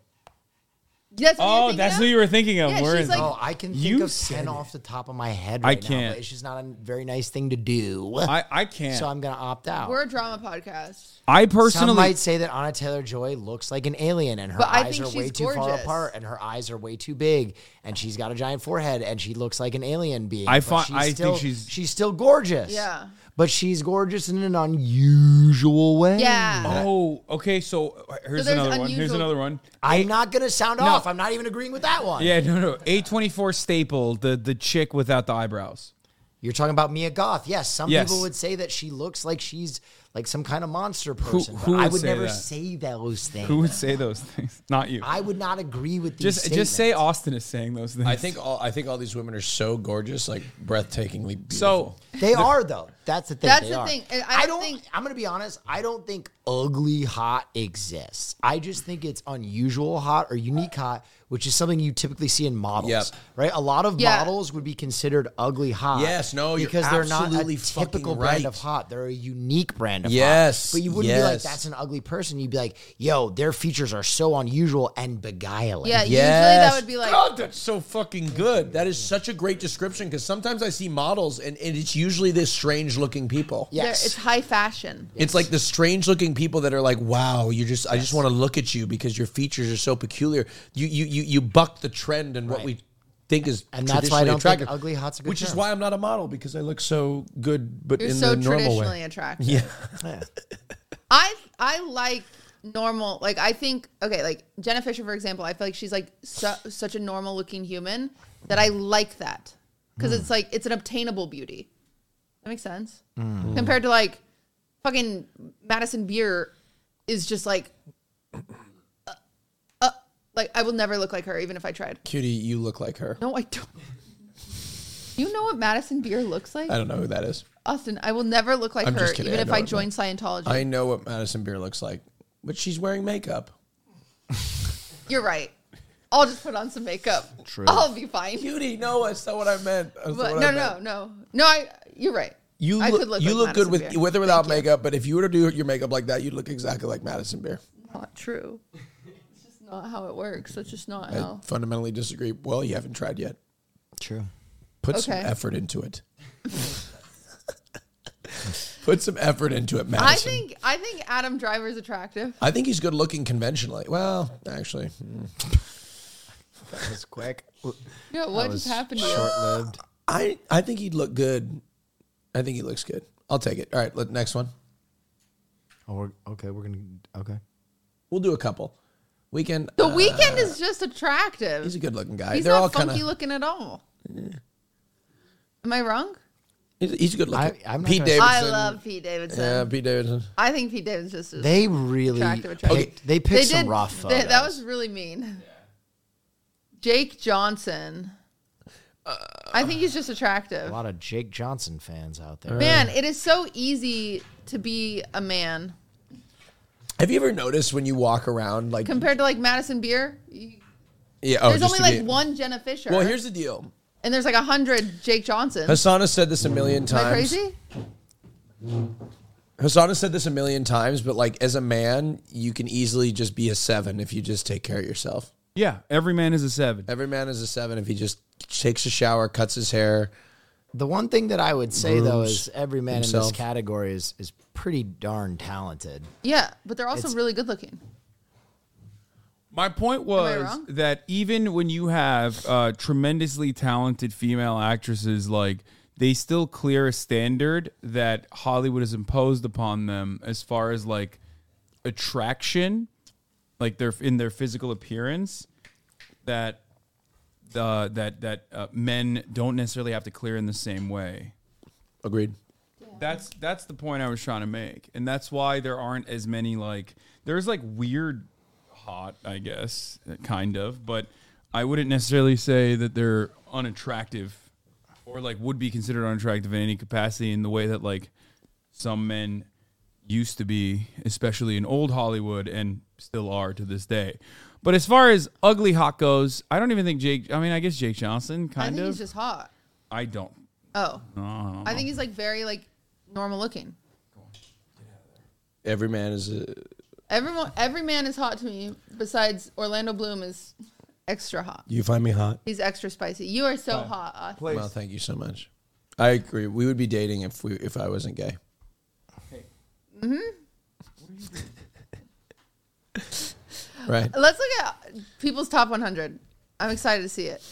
S3: That's what you're
S4: Oh,
S3: thinking
S4: that's
S3: of?
S4: who you were thinking of.
S3: Yeah,
S4: We're
S3: she's
S4: in-
S3: like-
S1: Oh, I can think
S4: You
S1: of
S4: said
S1: 10
S4: it.
S1: off the top of my head
S4: I
S1: right now,
S4: can't.
S1: but it's just not a very nice thing to do.
S4: I, I can't.
S1: so I'm going to opt out.
S3: We're a drama podcast.
S4: I
S1: Some
S4: personally,
S1: might say that Anna Taylor Joy looks like an alien, and her
S3: But I
S1: eyes
S3: think
S1: are way
S3: she's
S1: too far
S3: gorgeous.
S1: apart, and her eyes are way too big, and she's got a giant forehead, and she looks like an alien being.
S4: I
S1: but
S4: fi-
S1: she's
S4: I think
S1: still-
S4: she's-
S1: she's still gorgeous.
S3: Yeah.
S1: but she's gorgeous in an unusual way.
S3: Yeah.
S4: oh, okay. So here's
S3: So there's
S4: another one. Here's
S3: unusual-
S4: another one.
S1: I'm not gonna sound off. I'm not even agreeing with that one.
S4: Yeah, no, no. A twenty four staple, the the chick without the eyebrows.
S1: You're talking about Mia Goth. Yes, some
S4: Yes.
S1: people would say that she looks like she's like some kind of monster person.
S4: who
S1: but I
S4: would
S1: would
S4: say
S1: never
S4: that?
S1: say those things.
S4: Who would say those things? Not you.
S1: I would not agree with these.
S4: just just say
S1: statements.
S4: Austin is saying those things.
S2: I think all I think all these women are so gorgeous, like breathtakingly beautiful.
S4: so.
S1: They are though. That's the thing.
S3: That's
S1: They
S3: the
S1: are.
S3: thing. And I
S1: I, don't.
S3: don't think-
S1: I'm gonna be honest. I don't think ugly hot exists. I just think it's unusual hot or unique hot, which is something you typically see in models.
S2: Yep.
S1: Right. A lot of
S3: Yeah.
S1: models would be considered ugly hot.
S2: Yes, no, you're
S1: because they're not a
S2: absolutely fucking
S1: typical
S2: right.
S1: brand of hot. They're a unique brand of
S2: Yes,
S1: hot. But you wouldn't be like
S2: yes.
S1: that's an ugly person. You'd be like, yo, their features are so unusual and beguiling.
S3: Yeah, usually
S2: Yes.
S3: that would be like
S2: God, that's so fucking good. That is such a great description because sometimes I see models and, and it's usually this strange looking people.
S1: Yeah.
S3: there-
S1: Yes.
S3: it's high fashion.
S2: It's like the strange looking people that are like, wow, you just I just want to look at you because your features are so peculiar. You you you you buck the trend and what
S1: Right.
S2: we think is
S1: And that's why I
S2: traditionally
S1: don't think
S2: attractive,
S1: ugly hot's a good
S2: which is
S1: term.
S2: why I'm not a model because I look so good, but
S3: You're
S2: in
S3: so
S2: the normal
S3: traditionally
S2: way. *laughs*
S3: attractive.
S2: Yeah.
S1: Yeah.
S3: I I like normal. Like I think okay, like Jenna Fisher for example. I feel like she's like su- such a normal looking human that I like that because
S2: Hmm.
S3: it's like it's an obtainable beauty. That makes sense
S2: Hmm.
S3: compared to like fucking Madison Beer is just like. uh, uh, Like I will never look like her, even if I tried.
S2: Cutie, you look like her.
S3: No, I don't. You know what Madison Beer looks like?
S2: I don't know who that is.
S3: Austin, I will never look like
S2: I'm
S3: her,
S2: just kidding.
S3: even
S2: I
S3: if
S2: know
S3: I
S2: it,
S3: join Scientology.
S2: I know what Madison Beer looks like, but she's wearing makeup.
S3: You're right. I'll just put on some makeup.
S4: True.
S3: I'll be fine.
S2: Cutie, no, that's not what I meant. That's not
S3: But
S2: what
S3: no,
S2: I
S3: no,
S2: meant.
S3: no, no. I. You're right.
S2: You
S3: I
S2: look,
S3: could look
S2: you
S3: like
S2: look good
S3: Madison
S2: with
S3: Beer.
S2: with or without makeup, but if you were to do your makeup like that, you'd look exactly like Madison Beer.
S3: Not true. It's just not how it works. That's just not
S2: I
S3: how.
S2: fundamentally disagree. Well, you haven't tried yet.
S1: True.
S2: Put some
S3: Okay.
S2: effort into it. *laughs* Put some effort into it, Madison.
S3: I think I think Adam Driver's attractive. *laughs*
S2: I think he's good looking conventionally. Well, actually,
S1: That was quick.
S3: Yeah, what just happened to you?
S1: Short lived.
S2: I I think he'd look good. I think he looks good. I'll take it. All right, let, next one.
S1: Oh, we're, okay. We're gonna. Okay.
S2: We'll do a couple. Weekend.
S3: The
S2: uh,
S3: weekend is just attractive.
S2: He's a good looking guy.
S3: He's
S2: They're all
S3: not
S2: kind
S3: funky
S2: of.
S3: looking at all. Am I wrong?
S2: he's, he's good looking.
S1: I- I'm not
S2: Pete
S1: gonna-
S2: Davidson.
S3: I love Pete Davidson.
S2: Yeah, Pete Davidson.
S3: I think Pete Davidson's just
S1: They really.
S3: Attractive, attractive.
S1: picked- They picked some rough
S3: they-
S1: photos.
S3: that was really mean. Jake Johnson.
S2: Uh,
S3: I think he's just attractive.
S1: a lot of Jake Johnson fans out there.
S3: Man, it is so easy to be a man
S2: Have you ever noticed when you walk around like?
S3: compared to like Madison Beer. you-
S2: yeah, oh,
S3: there's
S2: just
S3: only
S2: to
S3: like
S2: be-
S3: one Jenna Fisher.
S2: Well, here's the deal.
S3: and there's like a hundred Jake Johnson. Am
S2: Hassan has said this a million times.
S3: I crazy?
S2: Hassan has said this a million times, but like as a man, you can easily just be a seven if you just take care of yourself.
S4: Yeah, every man is a seven.
S2: Every man is a seven if he just takes a shower, cuts his hair.
S1: The one thing that I would say though
S2: Grooms
S1: is every man in
S2: himself.
S1: this category is is pretty darn talented.
S3: Yeah, but they're also
S1: It's-
S3: really good looking.
S4: My point
S3: I
S4: was
S3: wrong?
S4: that even when you have uh, tremendously talented female actresses, like they still clear a standard that Hollywood has imposed upon them as far as like attraction, like their in their physical appearance, that uh, that that uh, men don't necessarily have to clear in the same way.
S2: Agreed.
S4: That's that's the point I was trying to make, and that's why there aren't as many like there's like weird hot, I guess, kind of, but I wouldn't necessarily say that they're unattractive or like would be considered unattractive in any capacity in the way that like some men used to be, especially in old Hollywood and still are to this day. But as far as ugly hot goes, I don't even think Jake. I mean, I guess Jake Johnson
S3: I
S4: kind
S3: think
S4: of.
S3: he's just hot.
S4: I don't.
S3: Oh,
S4: know.
S3: I think he's like very like normal looking.
S2: Every man is a.
S3: Everyone, every man is hot to me. Besides Orlando Bloom is extra hot.
S2: You find me hot?
S3: He's extra spicy. You are so hot. Austin.
S2: Well, thank you so much. I agree. We would be dating if we if I wasn't gay. Mm-hmm. *laughs* right.
S3: Let's look at people's top 100. I'm excited to see it.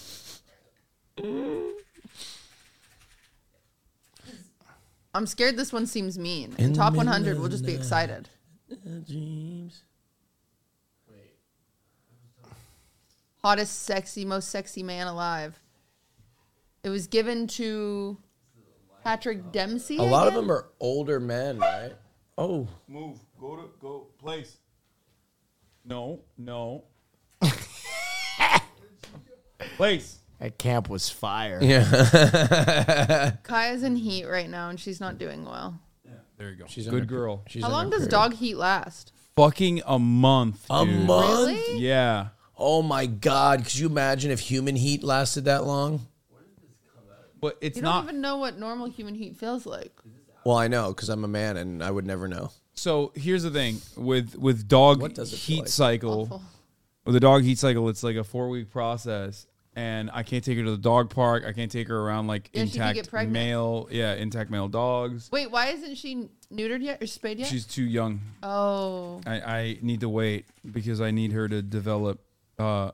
S3: I'm scared this one seems mean. And top 100, we'll just be excited. Hottest, sexy, most sexy man alive. It was given to Patrick Dempsey.
S2: A lot of them are older men, right? Oh,
S4: Move. Go to go place. No,
S2: *laughs*
S4: no. place.
S1: That camp was fire.
S3: Kaya's in heat right now, and she's not doing well.
S4: There you go.
S2: She's
S4: She's
S2: under-
S4: good girl.
S2: she's
S3: How
S2: in
S3: long
S2: her
S3: does
S2: period.
S3: dog heat last?
S4: Fucking a month.
S2: A
S4: dude.
S2: month?
S3: Really?
S4: Yeah.
S2: Oh my God! Could you imagine if human heat lasted that long?
S4: But it's
S3: You
S4: not
S3: don't even know what normal human heat feels like.
S2: Well, I know because I'm a man and I would never know.
S4: so here's the thing with with dog
S2: What does it feel
S4: heat
S2: like?
S4: cycle.
S3: Awful.
S4: With the dog heat cycle, it's like a four week process. And I can't take her to the dog park. I can't take her around like
S3: Yeah, she could get
S4: intact
S3: pregnant.
S4: male, yeah, intact male dogs.
S3: Wait, why isn't she neutered yet or spayed yet?
S4: She's too young.
S3: oh,
S4: I, I need to wait because I need her to develop uh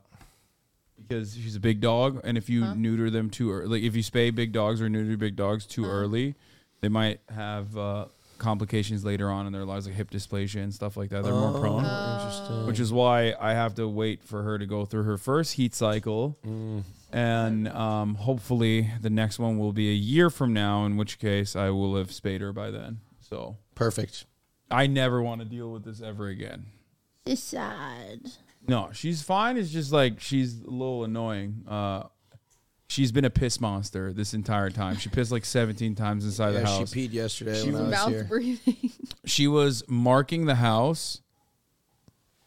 S4: because she's a big dog and if you neuter them too early like if you spay big dogs or neuter big dogs too early, they might have uh complications later on in their lives like hip dysplasia and stuff like that. They're more prone.
S2: Interesting.
S4: Which is why I have to wait for her to go through her first heat cycle. And um, hopefully the next one will be a year from now, in which case I will have spayed her by then. So
S2: Perfect.
S4: I never want to deal with this ever again.
S6: It's sad.
S4: No, she's fine. It's just like she's a little annoying. Uh, she's been a piss monster this entire time. She pissed like 17 times inside
S2: Yeah,
S4: the house.
S2: she peed yesterday
S4: She
S2: when I
S4: was
S2: was
S3: mouth
S2: here.
S1: *laughs*
S3: breathing.
S4: she was marking the house.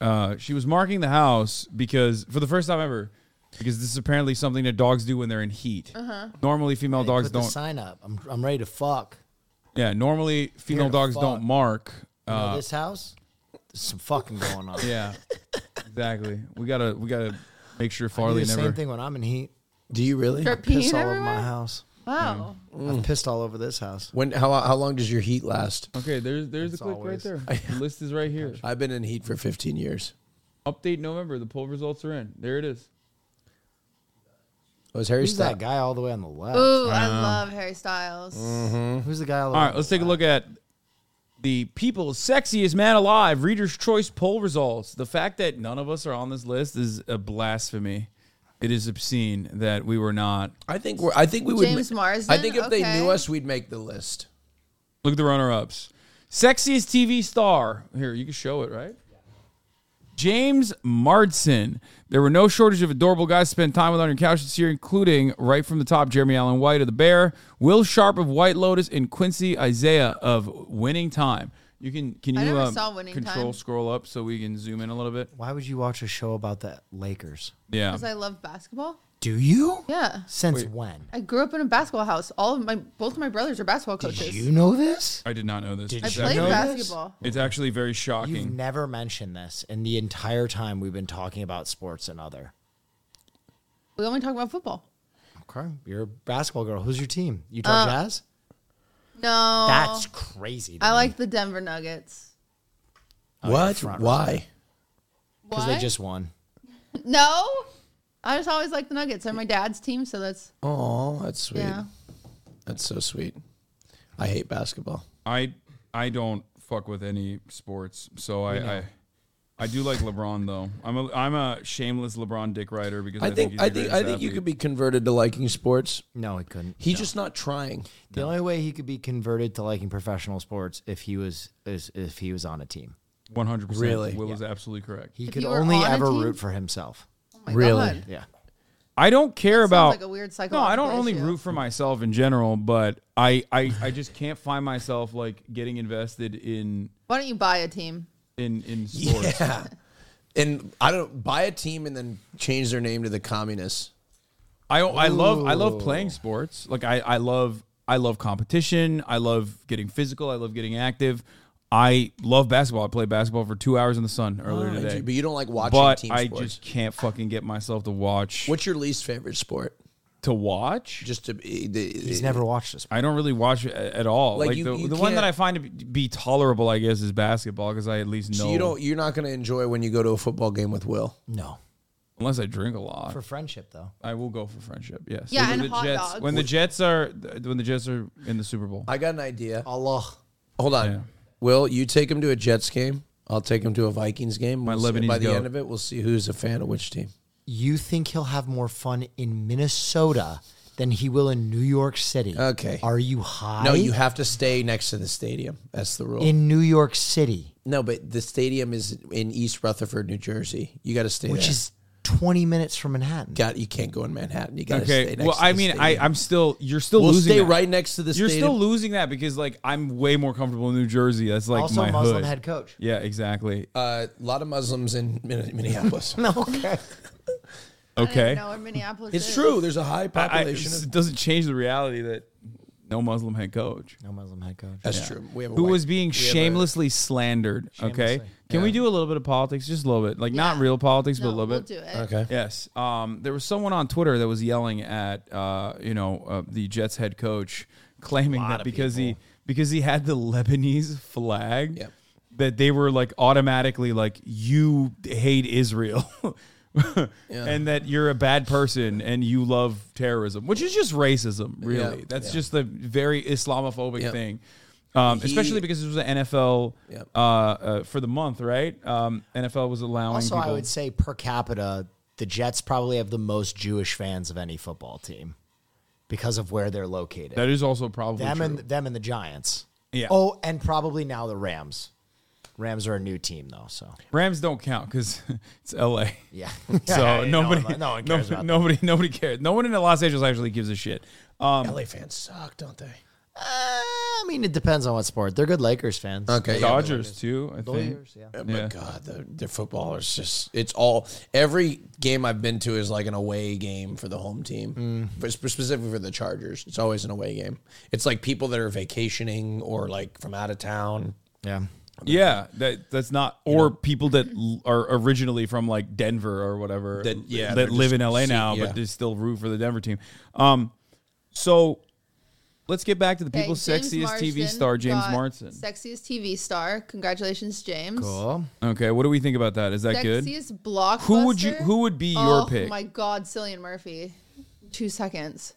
S4: Uh, she was marking the house because for the first time ever, because this is apparently something that dogs do when they're in heat. Normally, female
S1: Hey,
S4: dogs
S1: put the
S4: don't.
S1: sign up. I'm, I'm ready to fuck.
S4: Yeah, normally female
S1: to
S4: dogs
S1: fuck.
S4: don't mark.
S1: You know
S4: Uh, *laughs*
S1: this house, there's some fucking going on.
S4: yeah, Exactly. We gotta we gotta make sure
S1: I do
S4: Farley
S1: the
S4: never.
S1: same thing when I'm in heat.
S2: Do you really?
S3: Start
S1: Piss
S3: peeing
S1: all over my
S3: everywhere.
S1: house.
S3: Wow.
S1: I've pissed all over this house.
S2: When how how long does your heat last?
S4: Okay, there's there's
S1: It's
S4: the click
S1: always- *laughs*
S4: right there. The list is right here.
S2: I've been in heat for 15 years.
S4: Update November. The poll results are in. There it is.
S2: Was Harry
S1: Who's that
S2: Styles?
S1: guy all the way on the left?
S4: Uh,
S3: Ooh, I love Harry Styles.
S1: Who's the guy all the
S4: All
S1: way
S4: right, let's take a look at the people's sexiest man alive readers' choice poll results. The fact that none of us are on this list is a blasphemy. It is obscene that we were not.
S2: I think we're. I think we would.
S3: James Marsden?
S2: I think if they
S3: Okay.
S2: knew us, we'd make the list.
S4: Look at the runner-ups. Sexiest TV star. Here, you can show it, right? James Mardson. There were no shortage of adorable guys to spend time with on your couch this year, including right from the top Jeremy Allen White of The Bear, Will Sharp of White Lotus, and Quincy Isaiah of Winning Time. You can can you
S3: I never
S4: um,
S3: saw Winning
S4: control
S3: Time.
S4: scroll up so we can zoom in a little bit?
S1: Why would you watch a show about the Lakers?
S4: Yeah.
S3: Because I love basketball.
S1: Do you?
S3: Yeah.
S1: Since when?
S3: I grew up in a basketball house. All of my both of my brothers are basketball
S1: Did
S3: coaches.
S1: you know this?
S4: I did not know this.
S1: Did
S3: I
S1: you
S3: played
S1: know this?
S3: basketball.
S4: It's actually very
S1: You've
S4: shocking.
S1: never mentioned this in the entire time we've been talking about sports and other.
S3: We only talk about football.
S1: Okay. You're a basketball girl. Who's your team? Utah Jazz?
S3: No.
S1: That's crazy. to
S3: Uh, oh. I
S1: me.
S3: like the Denver Nuggets.
S2: what?
S1: front
S2: Why?
S1: because they
S3: Why?
S1: just won.
S3: No. I just always like the Nuggets. They're my dad's team, so that's
S2: Oh, that's sweet.
S3: yeah.
S2: That's so sweet. I hate basketball.
S4: I I don't fuck with any sports, so I, I I do like LeBron though. I'm a I'm a shameless LeBron dick rider because I,
S2: I think.
S4: he's
S2: I
S4: the
S2: think. I
S4: greatest
S2: think you
S4: athlete.
S2: could be converted to liking sports.
S1: No, he couldn't.
S2: He's just not trying.
S1: The only way he could be converted to liking professional sports if he was is if he was on a team.
S4: 100 percent.
S2: Really?
S4: Will is absolutely correct.
S1: He
S3: If
S1: could
S3: you were
S1: only
S3: on a
S1: ever
S3: team?
S1: root for himself.
S3: Oh my
S2: Really?
S3: God.
S1: Yeah.
S4: I don't care
S3: Sounds
S4: about
S3: like a weird
S4: No, I don't
S3: psychological
S4: only
S3: issue.
S4: root for myself in general, but I I I just can't find myself like getting invested in
S3: Why don't you buy a team?
S4: in
S2: *laughs*
S4: in sports.
S2: Yeah. And I don't buy a team and then change their name to the communists.
S4: I I love I love playing sports. Like I I love I love competition. I love getting physical. I love getting active. I love basketball. I played basketball for two hours in the sun earlier today.
S2: But Oh, you don't like watching
S4: But
S2: team
S4: I
S2: sports.
S4: just can't fucking get myself to watch.
S2: What's your least favorite sport?
S4: to watch?
S2: Just to be the,
S1: He's never watched this.
S4: I don't really watch it a- at all.
S2: Like,
S4: Like,
S2: you-
S4: the,
S2: you
S4: the one that
S2: can't-
S4: I find to be- be tolerable, I guess, is basketball because I at least know.
S2: So you don't. You're not going to enjoy when you go to a football game with Will.
S1: No.
S4: unless I drink a lot.
S1: For *laughs* friendship though.
S4: I will go for friendship. Yes.
S3: Yeah,
S4: When
S3: and
S4: the
S3: hot
S4: Jets,
S3: dogs.
S4: When the Jets are when the Jets are in the Super Bowl.
S2: I got an idea.
S1: Allah.
S2: Hold on.
S4: Yeah.
S2: Will, you take him to a Jets game. I'll take him to a Vikings game.
S4: My
S2: We'll see-
S4: Lebanese
S2: by the
S4: goat.
S2: end of it, we'll see who's a fan of which team.
S1: You think he'll have more fun in Minnesota than he will in New York City?
S2: Okay.
S1: Are you high?
S2: No, you have to stay next to the stadium. That's the rule.
S1: in New York City,
S2: no, but the stadium is in East Rutherford, New Jersey. You got to stay
S1: which
S2: there.
S1: is 20 minutes from Manhattan.
S2: got you can't go in Manhattan. You got to stay
S4: Okay.
S2: next
S4: Well,
S2: to the
S4: I mean, I,
S2: stadium.
S4: I'm still. You're still
S2: we'll
S4: losing.
S2: stay
S4: that.
S2: right next to the
S4: You're
S2: stadium.
S4: still losing that because like I'm way more comfortable in New Jersey. That's like
S1: also,
S4: my
S1: Muslim
S4: hood.
S1: head coach.
S4: Yeah, exactly.
S2: uh, a lot of Muslims in Min-
S4: *laughs*
S2: Minneapolis.
S1: okay.
S3: I didn't
S4: okay.
S3: know where Minneapolis
S2: it's
S3: is.
S2: true. There's a high
S4: I,
S2: population.
S4: it
S2: of,
S4: doesn't change the reality that no Muslim head coach
S1: No Muslim head coach.
S2: that's true. We have a
S4: who
S2: white-
S4: was being
S2: we have a-
S4: shamelessly slandered. Okay,
S1: Shamelessly.
S4: can we do a little bit of politics? Just a little bit, like not
S3: Yeah.
S4: real politics,
S3: No,
S4: but a little
S3: we'll
S4: bit.
S3: do it.
S2: okay.
S4: Yes. Um, there was someone on Twitter that was yelling at uh, you know uh, the Jets head coach, claiming that because he because he had the Lebanese flag,
S2: Yep.
S4: that they were like automatically like you hate Israel. *laughs* And that you're a bad person and you love terrorism, which is just racism, really.
S2: Yeah.
S4: That's
S2: Yeah.
S4: just the very Islamophobic
S2: Yep.
S4: thing, um,
S2: He-
S4: especially because it was an NFL
S2: Yep.
S4: uh, uh, for the month, right? Um, NFL was allowing
S1: Also,
S4: people.
S1: I would say per capita, the Jets probably have the most Jewish fans of any football team because of where they're located.
S4: that is also probably
S1: them
S4: true.
S1: and them and the Giants.
S4: Yeah.
S1: Oh, and probably now the Rams. Rams are a new team though, so
S4: Rams don't count because *laughs* it's LA.
S1: *laughs* yeah.
S4: *laughs* So nobody,
S1: *laughs* no,
S4: *laughs*
S1: one cares about them.
S4: nobody, nobody cares. No one in Los Angeles actually gives a shit. Um,
S2: LA fans suck, don't they?
S1: Uh, I mean, it depends on what sport. They're good Lakers fans.
S2: Okay. yeah, but-
S4: Dodgers too. I think.
S1: Lakers, yeah.
S2: Oh my God, the, the football is just, it's all, every game I've been to is like an away game for the home team,
S4: Mm.
S2: but spe- specifically for the Chargers. It's always an away game. It's like people that are vacationing or like from out of town.
S1: Yeah.
S4: Yeah, that that's not or people that l- are originally from like Denver or whatever
S2: That- yeah, they're
S4: that live
S2: just
S4: in LA now
S2: see- yeah.
S4: but they still root for the Denver team. Um so let's get back to the
S3: Okay,
S4: people's
S3: James
S4: sexiest TV
S3: Marsden
S4: star James
S3: got
S4: Marsden.
S3: Sexiest TV star. Congratulations, James.
S1: Cool.
S4: okay, what do we think about that? Is that good?
S3: Sexiest blockbuster.
S4: Who would you who would be your
S3: oh,
S4: pick?
S3: my god, Cillian Murphy. Two seconds.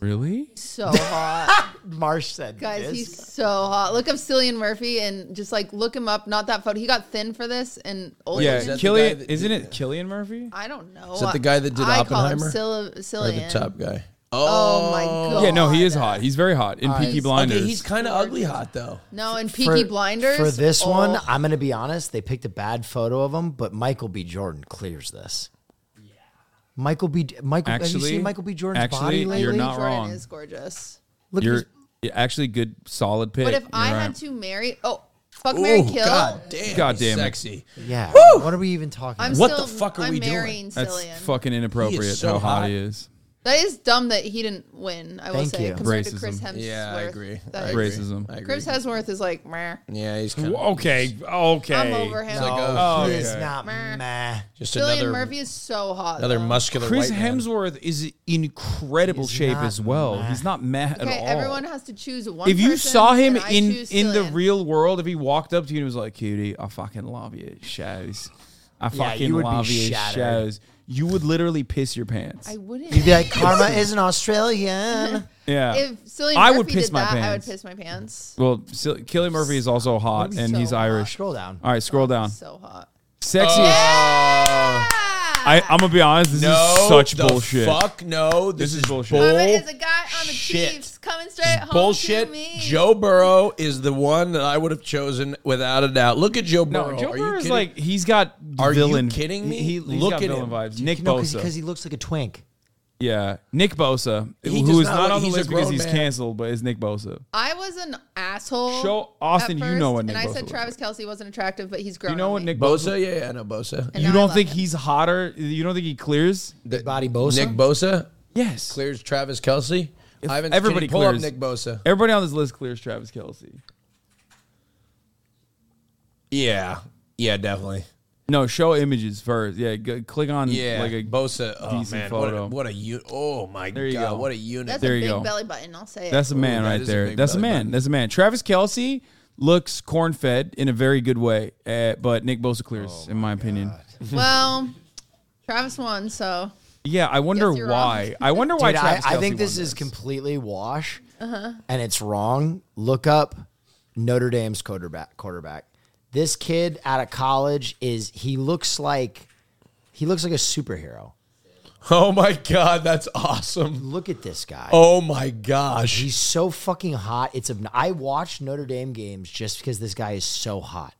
S4: Really? *laughs*
S3: So hot.
S1: Marsh said,
S3: Guys,
S1: this.
S3: he's so hot. Look up Cillian Murphy and just like look him up. Not that photo. He got thin for this and older.
S4: yeah,
S2: is that the
S4: Killian
S2: guy that
S4: isn't
S2: did-
S4: it Killian Murphy?
S3: I don't know.
S2: Is that the guy that did
S3: I
S2: Oppenheimer?
S3: Call him Cill-
S2: Or
S3: Cillian.
S2: the top guy.
S3: Oh my god.
S4: Yeah, no, he is hot. He's very hot in Peaky Blinders.
S2: Okay, he's kind of ugly hot though.
S3: No, and
S1: For-
S3: Peaky Blinders.
S1: For this
S3: oh,
S1: one, I'm going to be honest. They picked a bad photo of him, but Michael B. Jordan clears this. Michael B. Michael, have you
S4: Actually-
S1: seen Michael B. Jordan's
S4: actually,
S1: body lately?
S4: you're
S3: Lady
S4: not
S3: Jordan
S4: wrong.
S3: Is gorgeous.
S1: Look at
S4: You're
S1: his-
S4: yeah, actually good, solid pick.
S3: But if I
S4: You're
S3: had
S4: right.
S3: to marry, oh, fuck, Mary
S2: Ooh,
S3: kill.
S2: God damn.
S4: God
S2: he's
S4: damn it.
S2: Sexy.
S1: yeah. What are we even talking
S3: I'm
S1: about?
S2: What
S3: still,
S2: the fuck are
S3: I'm
S2: we doing?
S3: marrying
S4: that's
S3: Cillian.
S4: fucking
S2: He
S4: inappropriate
S2: is so
S4: how hot
S2: hot.
S4: he is.
S3: That is dumb that he didn't win. I will
S1: Thank
S3: say
S1: you.
S3: compared to Chris
S4: Racism.
S3: Hemsworth.
S2: Yeah, I agree.
S3: That
S2: I
S3: is-
S2: agree.
S4: Racism.
S2: I agree.
S3: Chris Hemsworth is like, meh.
S2: Yeah, he's kind of
S4: Okay, okay.
S3: I'm over him.
S2: like a-
S4: Oh,
S1: he
S4: okay.
S1: is not
S3: Meh.
S1: meh.
S2: just
S3: Cillian
S2: another
S3: Murphy is so hot.
S2: another
S3: though.
S2: muscular.
S4: Chris
S2: white man.
S4: Hemsworth is in incredible
S1: He's
S4: shape
S1: not
S4: as well.
S1: meh.
S4: He's not meh at
S3: Okay,
S4: all.
S3: everyone has to choose one.
S4: if you
S3: person,
S4: saw him
S3: and I
S4: in
S3: choose
S4: in the
S3: Cillian.
S4: real world, if he walked up to you and was like, "Cutie, I fucking love you," shows. I
S1: Yeah,
S4: fucking
S1: you would be
S4: love you,
S1: shattered.
S4: shows. You would literally piss your pants.
S3: I wouldn't.
S1: You'd be like, *laughs* Karma is an Australian.
S4: yeah.
S3: if Cillian
S4: I
S3: Murphy
S4: would piss
S3: did
S4: my
S3: that, I would
S4: pants.
S3: piss my pants.
S4: well, Sil- Killian Murphy is also hot, and
S3: so
S4: he's
S3: hot.
S4: Irish.
S1: Scroll down.
S4: All right, scroll down.
S3: So hot.
S4: Sexy.
S3: I,
S4: I, I'm gonna be honest. This
S2: No,
S4: is such
S2: the
S4: bullshit.
S2: Fuck no, this,
S4: This
S2: is,
S4: is bullshit.
S2: bullshit. Bull-
S3: Karma is a guy on the
S2: shit.
S3: Chiefs coming straight home
S2: bullshit.
S3: to me.
S2: Joe Burrow is the one that I would have chosen without a doubt. Look at Joe Burrow.
S4: No, Joe
S2: Are you
S4: Burrow is
S2: kidding?
S4: like he's got
S2: Are you
S4: villain.
S2: kidding me?
S4: He, he's
S2: Look
S4: got
S2: at
S4: villain
S2: him.
S4: vibes. Nick
S1: no,
S4: Bosa.
S1: because he looks like a twink.
S4: yeah, Nick Bosa,
S2: He
S4: who
S2: does
S4: is
S2: not
S4: not
S2: look-
S4: on the
S2: he's a
S4: list because
S2: grown
S4: he's
S2: man.
S4: canceled, but is Nick Bosa.
S3: I was an asshole.
S4: Show- Austin,
S3: at
S4: you know
S3: first,
S4: what Nick
S3: And I
S4: Bosa
S3: said
S4: looks
S3: Travis Kelsey wasn't attractive, but he's grown.
S4: You know
S3: on
S4: what
S3: me.
S4: Nick Bosa?
S2: Bosa. Yeah, yeah, I know Bosa.
S3: And
S4: You
S3: now I
S4: don't
S3: love
S4: think
S3: him.
S4: he's hotter? You don't think he clears?
S1: Big body Bosa.
S2: Nick Bosa
S4: Yes.
S2: clears Travis Kelsey. I haven't.
S4: everybody
S2: can you pull
S4: clears-
S2: up Nick Bosa.
S4: Everybody on this list clears Travis Kelsey.
S2: Yeah, yeah, definitely.
S4: No, show images first. Yeah, go, click on
S2: Yeah,
S4: like a
S2: Bosa. Oh man,
S4: decent
S2: what
S4: photo.
S2: a, what a u- Oh my
S4: There you
S2: god,
S4: go.
S2: what a unit.
S3: That's
S4: There
S3: a
S4: you
S3: big
S4: go.
S3: belly button. I'll say it.
S4: That's a man
S2: that
S4: right
S2: is a
S4: there.
S2: big
S4: That's a
S2: belly
S4: man.
S2: button.
S4: That's a man. Travis Kelsey looks corn fed in a very good way, uh, but Nick Bosa clears,
S2: Oh
S4: in my opinion.
S3: well, Travis won, so
S4: Yeah, I wonder
S3: Yes, you're
S4: why.
S3: wrong.
S4: I wonder why.
S1: Dude, I,
S4: Travis
S1: I
S4: Kelce
S1: think this
S4: won
S1: is completely wash, and it's wrong. Look up Notre Dame's quarterback. Quarterback. This kid out of college is he looks like he looks like a superhero.
S2: oh my god, that's awesome.
S1: Look at this guy.
S2: Oh my gosh.
S1: He's so fucking hot. It's obno- I watch Notre Dame games just because this guy is so hot.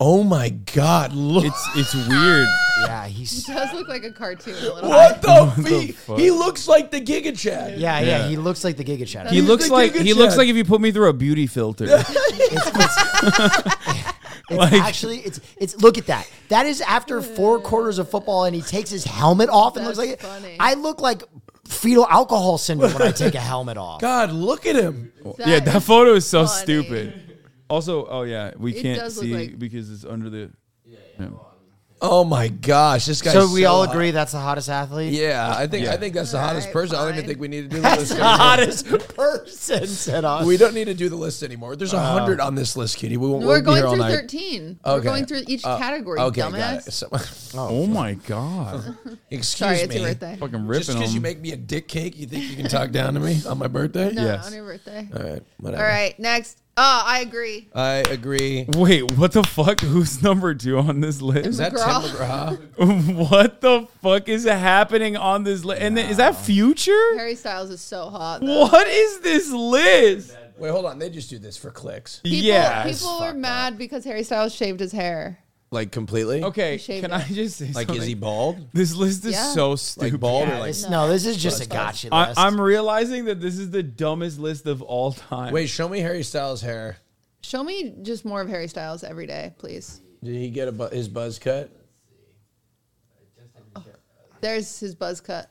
S2: Oh my god. Look.
S4: It's it's
S2: *laughs*
S4: weird.
S1: Yeah, he's
S3: it does look like a cartoon. A little
S2: what the, fe-
S4: fuck?
S2: He looks like the Giga Chad.
S1: yeah, yeah, he looks like the Giga Shadow.
S4: He
S2: He's
S4: looks
S2: the
S4: like
S2: Giga
S4: he looks
S2: Chad.
S4: like if you put me through a
S2: *laughs*
S4: beauty filter.
S1: It's actually it's it's look at that. That is after four quarters of football and he takes his helmet off and looks like
S3: That's
S1: it.
S3: funny.
S1: I look like fetal alcohol syndrome when I take a helmet
S4: *laughs*
S1: off.
S2: God, look at him.
S4: yeah, that photo is so
S3: funny.
S4: stupid. Also, oh yeah, we
S3: It
S4: can't
S3: does look
S4: see
S3: like-
S4: because it's under the.
S2: Oh my gosh, this guy.
S1: So we all
S2: hot.
S1: agree that's the hottest athlete?
S2: Yeah, I think I think that's the hottest
S3: Alright,
S2: person. I don't even
S3: fine.
S2: think we need to do the
S1: That's
S2: list.
S1: the
S2: anymore.
S1: hottest person, said Austin.
S2: We don't need to do the list anymore. There's a hundred on this list, Kitty. We won't.
S3: We're
S2: we'll be
S3: going
S2: here all
S3: through
S2: night.
S3: 13. We're
S2: Okay.
S3: going through each
S4: Uh,
S3: category,
S2: okay, got it.
S3: dumbass.
S2: So- *laughs*
S4: Oh my god!
S2: excuse
S3: Sorry,
S2: me.
S3: it's your birthday.
S4: Fucking ripping
S2: Just because
S4: him.
S2: you make me a dick cake, you think you can talk down to me on my birthday?
S3: No,
S4: Yes.
S3: on your birthday.
S2: All right, whatever.
S3: All right, next. Oh, I agree.
S2: I agree.
S4: Wait, what the fuck? *laughs* Who's number two on this
S2: Is
S4: list?
S2: that Tim
S3: McGraw.
S2: McGraw?
S4: *laughs* what the fuck is happening on this list? And then, is that future?
S3: Harry Styles is so hot. though.
S4: What is this list?
S2: Wait, hold on. They just do this for clicks,
S3: People,
S4: yeah.
S3: people were mad because Harry Styles shaved his hair.
S2: like completely.
S4: Okay,
S3: He shaved
S4: can
S3: it.
S4: I just say
S2: Like,
S4: something?
S2: is he bald?
S4: This list is
S3: Yeah.
S4: so stupid.
S2: Like bald or
S1: Yeah,
S2: like?
S1: this- no, this is just a gotcha
S4: I,
S1: list.
S4: I'm realizing that this is the dumbest list of all time.
S2: Wait, show me Harry Styles' hair.
S3: Show me just more of Harry Styles every day, please.
S2: Did he get a bu- his buzz cut?
S3: There's his buzz cut.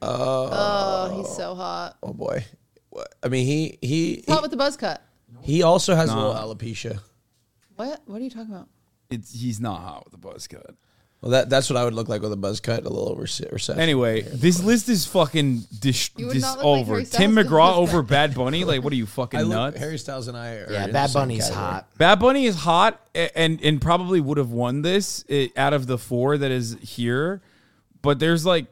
S3: Oh, he's so hot.
S2: Oh boy. What- I mean, he he
S1: Oh.
S3: Hot with the buzz cut.
S2: he also has a little alopecia.
S3: What? What are you talking about?
S4: It's he's not hot with a buzz cut.
S2: Well, that, that's what I would look like with a buzz cut, a little rece- recession.
S4: Anyway, this list is fucking dis-
S3: You would
S4: dis-
S3: not look like
S4: over.
S3: Harry Styles
S4: Tim
S3: with a
S4: McGraw
S3: buzz cut.
S4: over Bad Bunny. Like, what are you fucking
S2: I look,
S4: nuts?
S2: Harry Styles and I are.
S1: Yeah,
S2: in the
S1: Bad
S2: same
S1: Bunny's
S2: category.
S1: hot.
S4: Bad Bunny is hot a- and and probably would have won this eh, out of the four that is here, but there's like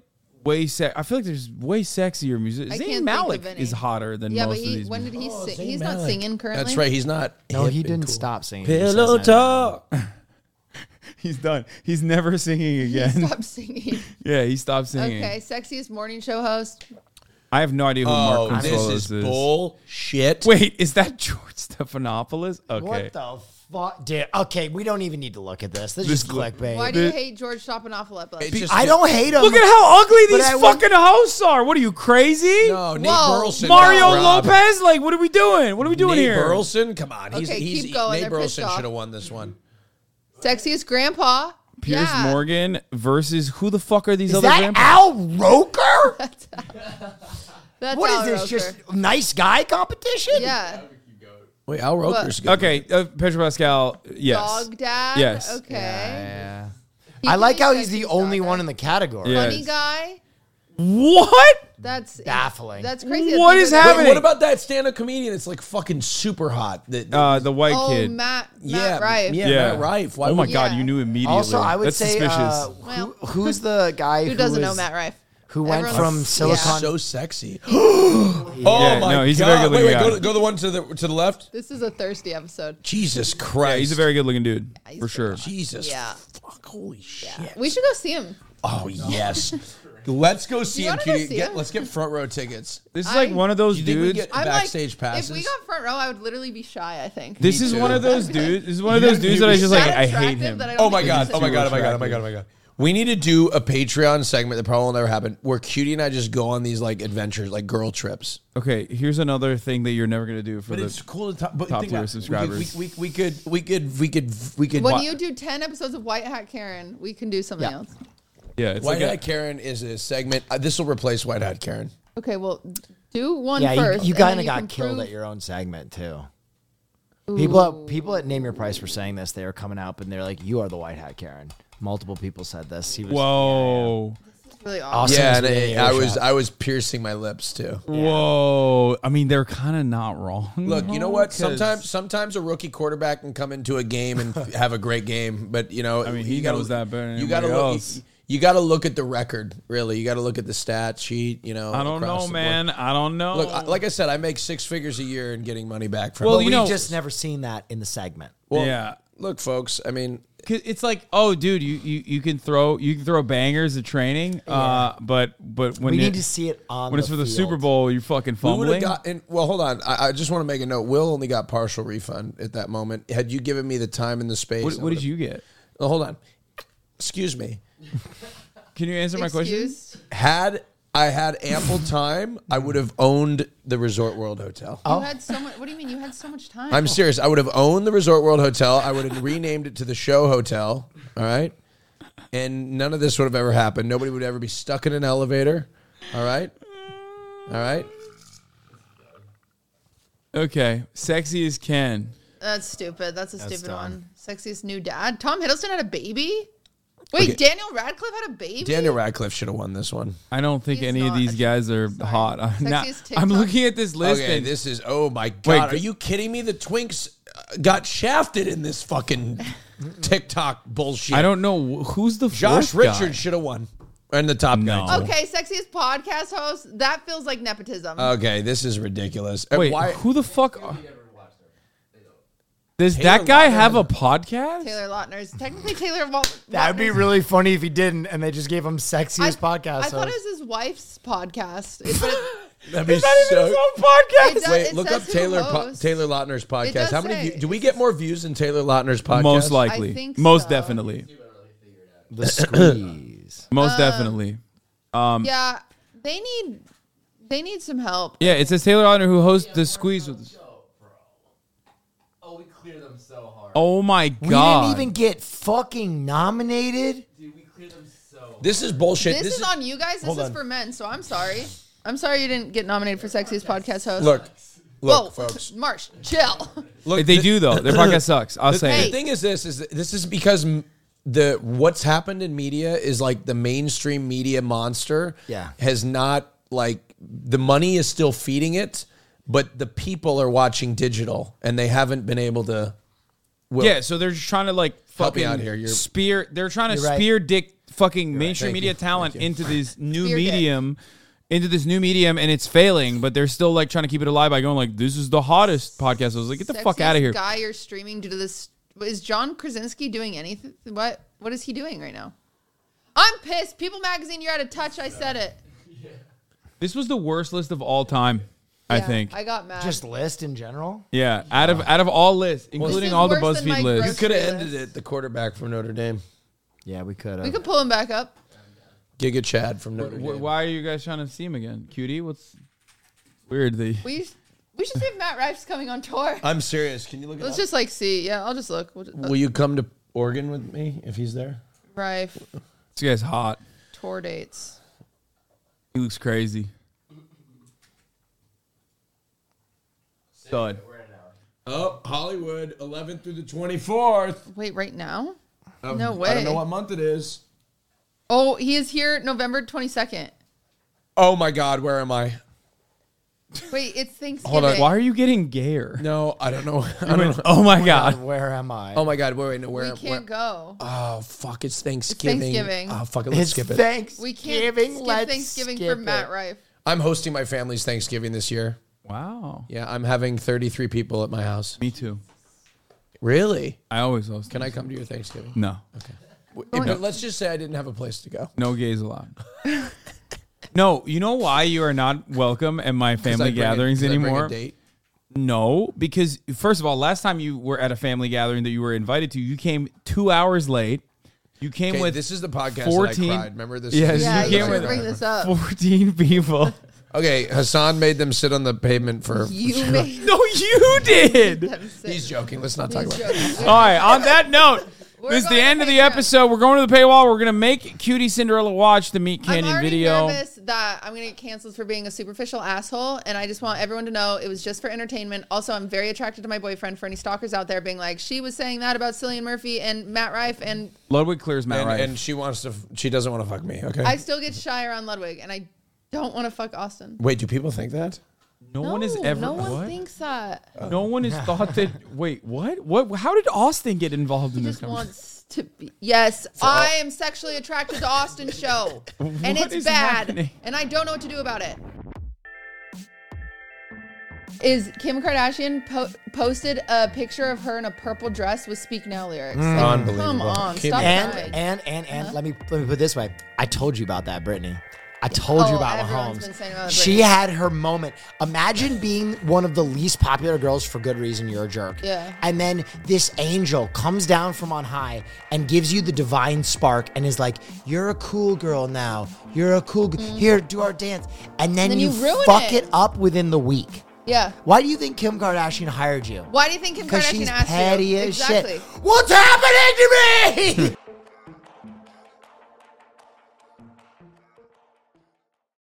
S4: way se- I feel like there's way sexier music.
S3: I
S4: Zayn
S3: can't think of
S4: Malik
S3: any.
S4: is hotter than
S3: Yeah,
S4: most
S3: but
S4: of
S3: he.
S4: these.
S3: When
S4: When
S3: did he
S2: Oh,
S3: sing?
S2: Zayn
S3: He's not
S2: Malik.
S3: singing currently. *laughs*
S2: That's right. He's not.
S1: No,
S2: hip
S1: he
S2: and
S1: didn't
S2: cool.
S1: stop singing. He just
S2: Pillow
S1: hasn't had it.
S2: talk.
S4: *laughs* he's done. He's never singing
S3: He
S4: again.
S1: *laughs*
S3: stopped singing.
S4: *laughs* yeah, he stopped singing.
S3: Okay, sexiest morning show host.
S4: I have no idea who
S2: Oh,
S4: Mark
S2: this
S4: Consolos
S2: is bullshit.
S4: Wait, is that *laughs* George Stephanopoulos? Okay.
S1: What the fuck, dude? Okay, we don't even need to look at this. This is
S4: This
S1: just
S4: lo-
S1: clickbait.
S3: Why do you
S4: The-
S3: hate George Stopanopoulopoulos?
S2: It's just-
S1: I don't hate him.
S4: Look at how ugly
S1: But
S4: these
S1: I want-
S4: fucking hosts are. What are you crazy?
S2: No, Nate
S3: Whoa.
S2: Burleson.
S4: Mario
S2: got robbed.
S4: Lopez? Like, what are we doing? What are we doing
S2: Nate
S4: here?
S2: Burleson, come on. He's,
S3: Okay,
S2: he's,
S3: keep going.
S2: Nate
S3: They're pissed
S2: Burleson
S3: off.
S2: should have won this one.
S3: Sexiest grandpa.
S4: Pierce
S3: Yeah.
S4: Morgan versus who the fuck are these
S1: Is
S4: other
S1: that
S4: grandpas?
S1: Al *laughs* Roker?
S3: That's
S1: What
S3: Al
S1: is this?
S3: Roker.
S1: Just nice guy competition?
S3: yeah.
S2: Wait, Al Roker's good.
S4: Okay, uh, Pedro Pascal. Yes.
S3: Dog dad.
S4: Yes.
S3: Okay.
S1: Yeah.
S3: He
S1: I
S3: could
S1: like
S3: be
S1: how he's the
S3: sexiest
S1: only
S3: dog
S1: one
S3: guy.
S1: in the category.
S4: Yeah.
S3: funny
S4: Yes.
S3: guy.
S4: What?
S3: That's
S1: Baffling.
S3: That's crazy. that
S4: What
S3: these
S4: is
S3: are the-
S2: Wait,
S4: happening?
S2: what about that stand-up comedian? It's like fucking super hot. That,
S4: Uh, the white
S3: Oh,
S4: kid.
S3: Matt. Matt
S2: yeah,
S3: Rife.
S2: yeah, Matt Rife. Why
S4: oh my
S2: would-
S4: god,
S3: Yeah.
S4: you knew immediately.
S1: Also, I would
S4: That's
S1: say
S4: suspicious.
S1: uh, who-
S3: Well.
S1: who's the guy
S3: *laughs* Who doesn't know
S1: was-
S3: Matt Rife?
S1: Who went
S3: Everyone-
S1: from
S3: Yeah.
S1: Silicon?
S2: so
S4: *gasps*
S2: sexy. *gasps* oh my
S4: no, he's a
S2: god!
S4: very
S2: wait,
S4: good looking
S2: wait, go
S4: guy.
S2: to, go to the one to the to the left.
S3: This is a thirsty episode.
S2: Jesus Christ!
S4: yeah, he's a very good looking dude
S3: he's
S4: for sure.
S2: Jesus.
S3: Yeah.
S2: Fuck! Holy shit!
S3: We should go see him. *laughs*
S2: Oh yes. Let's go see
S3: You
S2: him,
S3: wanna go
S2: cutie.
S3: see
S2: Get-
S3: him?
S2: let's get front row tickets.
S4: This is
S3: I-
S4: like one of those
S2: You think we
S4: dudes.
S2: get-
S3: I'm
S2: Backstage
S3: like,
S2: passes.
S3: If we got front row, I would literally be shy. I think.
S4: this
S2: Me
S4: is
S2: too.
S4: one of
S3: *laughs*
S4: those dudes. This is one of those
S2: guys-
S4: dudes
S2: you-
S4: that I
S2: he's
S4: just like.
S3: that
S4: I hate
S3: attractive
S4: him.
S3: that I *laughs* don't
S2: Oh my
S3: think
S2: god!
S3: he's
S2: Oh my
S3: too
S2: god! Oh my god! Oh my god! Oh my god! We need to do a Patreon segment that probably will never happen, where Cutie and I just go on these like adventures, like girl trips.
S4: Okay, here's another thing that you're never gonna do for
S2: But it's
S4: the.
S2: cool to talk. But
S4: top
S2: think
S4: tier
S2: about it.
S4: subscribers.
S2: We, we, we, we could we could we could we could.
S3: When
S2: Why-
S3: you do ten episodes of White Hat Karen, we can do something else.
S4: *laughs* Yeah, it's
S2: White
S4: like a-
S2: Hat Karen is a segment. Uh, this will replace White Hat Karen.
S3: Okay, well, do one
S1: Yeah,
S3: first.
S1: you- you,
S3: and then
S1: kind of
S3: can
S1: got killed
S3: prove-
S1: at your own segment too. People, at, people at Name Your Price were saying this. They were coming up and they're like, "You are the white hat, Karen." Multiple people said this. He was,
S4: Whoa.
S3: Really awesome.
S1: Awesome.
S2: Yeah,
S1: Someone's
S2: and uh,
S1: being
S2: I, I
S1: earshot.
S2: was I was piercing my lips too.
S4: Whoa. I mean, they're kind of not wrong.
S2: Look,
S4: *laughs*
S2: you know what?
S4: 'cause-
S2: Sometimes sometimes a rookie quarterback can come into a game
S4: *laughs*
S2: and have a great game, but you know, I
S4: mean, he knows that better than
S2: you gotta
S4: anybody
S2: look.
S4: else.
S2: You, got to look at the record, really. You got to look at the stat sheet. You know,
S4: I don't
S2: across
S4: know,
S2: the board.
S4: man. I don't know.
S2: Look, I, like I said, I make six figures a year and getting money back from.
S4: Well,
S2: it.
S4: you
S1: We've
S4: know-
S1: just never seen that in the segment.
S2: Well,
S4: yeah.
S2: Look, folks. I mean,
S4: 'Cause it's like, oh, dude, you, you, you can throw you can throw bangers at training, uh, but but when
S1: We
S4: you-
S1: need to see it on
S4: when it's for the
S1: field.
S4: Super Bowl, you're fucking
S2: we would
S4: fumbling.
S2: have gotten. Well, hold on. I, I just want to make a note. Will only got partial refund at that moment. Had you given me the time and the space,
S4: what
S2: I
S4: what did
S2: would've-
S4: you get?
S2: Oh, hold on. Excuse me.
S4: Can you answer my question?
S3: Excuse?
S2: Had I had ample time, I would have owned the Resort World Hotel.
S1: Oh.
S3: You had so much. What do you mean? You had so much time.
S2: I'm serious. I would have owned the Resort World Hotel. I would have renamed it to the Show Hotel. All right. And none of this would have ever happened. Nobody would ever be stuck in an elevator. All right. All right.
S4: Okay, sexy as Ken.
S3: That's stupid. That's a stupid
S1: dumb.
S3: one. Sexiest new dad. Tom Hiddleston had a baby. Wait,
S2: Okay.
S3: Daniel Radcliffe had a baby.
S2: Daniel Radcliffe should have won this one.
S4: I don't think
S3: He's
S4: any of
S3: not
S4: these
S3: a-
S4: guys are
S3: sorry.
S4: hot. *laughs* I'm, not-
S3: Sexiest TikTok.
S4: I'm looking at this list
S2: Okay,
S4: and
S2: this is oh my god.
S4: Wait,
S2: are
S4: th-
S2: you kidding me? The Twinks uh, got shafted in this fucking TikTok bullshit.
S4: I don't know wh- who's the
S2: Josh
S4: fourth guy?
S2: Richards should have won. And the top
S4: No.
S2: guy. too.
S3: okay, sexiest podcast host. That feels like nepotism.
S2: Okay, this is ridiculous. Uh,
S4: Wait,
S2: why?
S4: who the fuck? Are? Does
S2: Taylor
S4: that guy
S2: Lautner
S4: have a
S2: has-
S4: podcast?
S3: Taylor Lautner's technically
S2: *laughs*
S3: Taylor. Wal-
S1: That would be
S3: Lautner's-
S1: really funny if he didn't, and they just gave him sexiest podcast.
S3: I thought it
S1: host.
S3: was his wife's podcast.
S2: *laughs*
S3: It, but it,
S2: That'd be
S4: Not even his
S2: so-
S4: own podcast.
S3: it does,
S2: Wait,
S3: it
S2: look
S3: says
S2: up
S3: who
S2: Taylor po-
S3: hosts.
S2: Taylor Lautner's podcast.
S3: does
S2: How many
S3: say.
S2: view- do we get more views than Taylor Lautner's podcast?
S4: Most likely,
S3: I think
S4: most
S3: so.
S4: definitely,
S1: the
S3: *laughs*
S1: squeeze.
S3: Uh,
S4: most definitely.
S2: um,
S3: Yeah, they need they need some help.
S4: Yeah, it says Taylor Lautner who hosts the Squeeze with.
S5: Oh, bro. Oh, we clear them so hard.
S4: Oh my
S1: We
S4: god!
S1: didn't even get fucking nominated.
S5: Dude, we clear them so
S2: This is bullshit.
S3: This, is, on you guys. This
S2: hold
S3: is
S2: on.
S3: for men. So I'm sorry. I'm sorry you didn't get nominated for sexiest podcast host.
S2: Look, Look,
S3: Whoa,
S2: folks.
S3: Marsh, chill. *laughs*
S2: Look,
S4: they
S2: the-
S4: do though.
S2: *laughs*
S4: Their podcast sucks. I'll
S2: The,
S4: say
S2: the
S4: it.
S2: thing is, this is this is because m- the what's happened in media is like the mainstream media monster.
S1: Yeah.
S2: has not like the money is still feeding it, but the people are watching digital and they haven't been able to. Will,
S4: Yeah, so they're just trying to like
S2: Help me
S4: fucking
S2: out here. You're-
S4: spear. They're trying to
S1: You're right.
S4: spear dick fucking mainstream
S2: Thank
S4: media
S2: you.
S4: talent
S2: Thank you. *laughs*
S4: into this new
S3: Spear dick.
S4: medium, into this new medium, and it's failing. But they're still like trying to keep it alive by going like, "This is the hottest podcast." I was like, "Get the fuck out of here!"
S3: Sexiest Guy, you're streaming due to this. Is John Krasinski doing anything? What What is he doing right now? I'm pissed. People Magazine, you're out of touch. I said it.
S4: This was the worst list of all time, I
S3: Yeah,
S4: think.
S3: I got mad.
S1: Just list in general.
S4: yeah, out of out of all lists, including
S3: is
S4: all the
S3: worse than my
S4: BuzzFeed
S3: gross-
S2: you
S4: lists.
S2: could have ended it. The quarterback from Notre Dame,
S1: Yeah, we could.
S3: we
S1: have.
S3: could pull him back up.
S2: Giga Chad from Notre
S4: Wh-
S2: Dame.
S4: Why are you guys trying to see him again, cutie? What's weird? The
S3: We we should see if Matt Rife's coming
S1: *laughs*
S3: on tour.
S1: Uh,
S2: I'm serious. Can you look at
S3: Let's just like see. Yeah, I'll just look. We'll just, uh,
S2: Will you come to Oregon with me if he's there?
S3: Rife
S4: this guy's hot.
S3: tour dates.
S4: He looks crazy. Stud.
S2: Oh, Hollywood, 11th through the 24th.
S3: Wait, right now? Um, no way.
S2: I don't know what month it is.
S3: Oh, he is here November 22nd.
S2: Oh my God, where am I?
S3: Wait, it's Thanksgiving.
S2: Hold on.
S4: Why are you getting gayer? *laughs*
S2: No, I don't know. *laughs* I
S4: I
S2: don't
S4: mean,
S2: know.
S4: oh my
S1: God,
S4: god.
S1: where am I?
S2: Oh my God, wait, wait, no,
S3: We
S2: where?
S3: can't
S2: where-
S3: go.
S2: Oh fuck, it's Thanksgiving.
S3: Thanksgiving.
S2: Oh fuck it, let's skip it.
S1: Thanksgiving.
S3: We can't skip
S1: Let's
S3: Thanksgiving
S1: skip
S3: for Matt
S1: it.
S3: Rife.
S2: I'm hosting my family's Thanksgiving this year.
S4: Wow.
S2: Yeah, I'm having 33 people at my house.
S4: Me too.
S2: Really?
S4: I always host.
S2: Can I come to your Thanksgiving?
S4: No.
S2: W- but let's just say I didn't have a place to go.
S4: No gays allowed. *laughs* no, you know why you are not welcome at
S2: *laughs*
S4: my
S2: 'Cause I
S4: family
S2: bring a-
S4: gatherings
S2: 'cause I bring a
S4: anymore?
S2: date.
S4: No, because first of all, last time you were at a family gathering that you were invited to, you came two hours late. You came
S2: Okay,
S4: with
S2: this is the podcast
S4: 14
S2: that I cried. Remember this?
S4: Yes,
S2: this is
S3: Yeah,
S2: the
S4: you
S3: you
S4: can't
S2: episode
S3: should
S4: wait.
S2: that I
S3: bring
S2: cried.
S3: this up.
S4: fourteen *laughs* people.
S2: Okay, Hassan made them sit on the pavement for. *laughs*
S3: You
S4: *laughs*
S3: made
S4: no, you did.
S3: them sick. *laughs*
S2: He's joking. Let's not talk about it.
S4: All right. On that note,
S3: We're
S4: this is the
S3: going to
S4: end of the
S3: Patreon.
S4: episode. We're going to the paywall. We're gonna make Cutie Cinderella watch the Meat
S3: I'm
S4: Canyon
S3: already
S4: video.
S3: nervous that I'm gonna get canceled for being a superficial asshole, and I just want everyone to know it was just for entertainment. Also, I'm very attracted to my boyfriend. For any stalkers out there, being like, she was saying that about Cillian Murphy and Matt Rife, and
S4: Ludwig clears Matt
S2: and,
S4: Rife.
S2: and she wants to. f- She doesn't want to fuck me. Okay.
S3: I still get shy around Ludwig, and I don't want to fuck Austin.
S2: Wait, do people think that?
S4: no, one is ever.
S3: No one
S4: what?
S3: thinks that.
S4: no one *laughs* has thought that. Wait, what? What? How did Austin get involved in
S3: He
S4: this
S3: just
S4: conversation?
S3: wants to be. Yes, I am sexually attracted to
S1: *laughs*
S3: Austin Show, and
S4: What
S3: it's
S4: is
S3: bad,
S4: happening?
S3: and I don't know what to do about it. Is Kim Kardashian po- posted a picture of her in a purple dress with "Speak Now" lyrics? Like, Come
S2: Unbelievable.
S3: on,
S2: Kim-
S3: stop
S1: Mm. And
S3: lying.
S1: and and and
S3: Uh-huh.
S1: let me let me put it this way. I told you about that, Brittany. I told you
S3: Oh,
S1: about
S3: everyone's been
S1: Mahomes.
S3: saying about
S1: she
S3: Brittany.
S1: had her moment. Imagine being one of the least popular girls for good reason. You're a jerk.
S3: Yeah.
S1: And then this angel comes down from on high and gives you the divine spark and is like, "You're a cool girl now. You're a cool. g- Here, do our dance." And then,
S3: Mm-hmm. Then
S1: you,
S3: you ruin
S1: fuck
S3: it.
S1: it up within the week.
S3: yeah.
S1: Why do you think Kim Kardashian hired you?
S3: Why do you think Kim
S1: Because
S3: Kardashian
S1: she's
S3: asked
S1: petty
S3: you?
S1: as
S3: exactly. *laughs*
S1: shit. What's happening to me?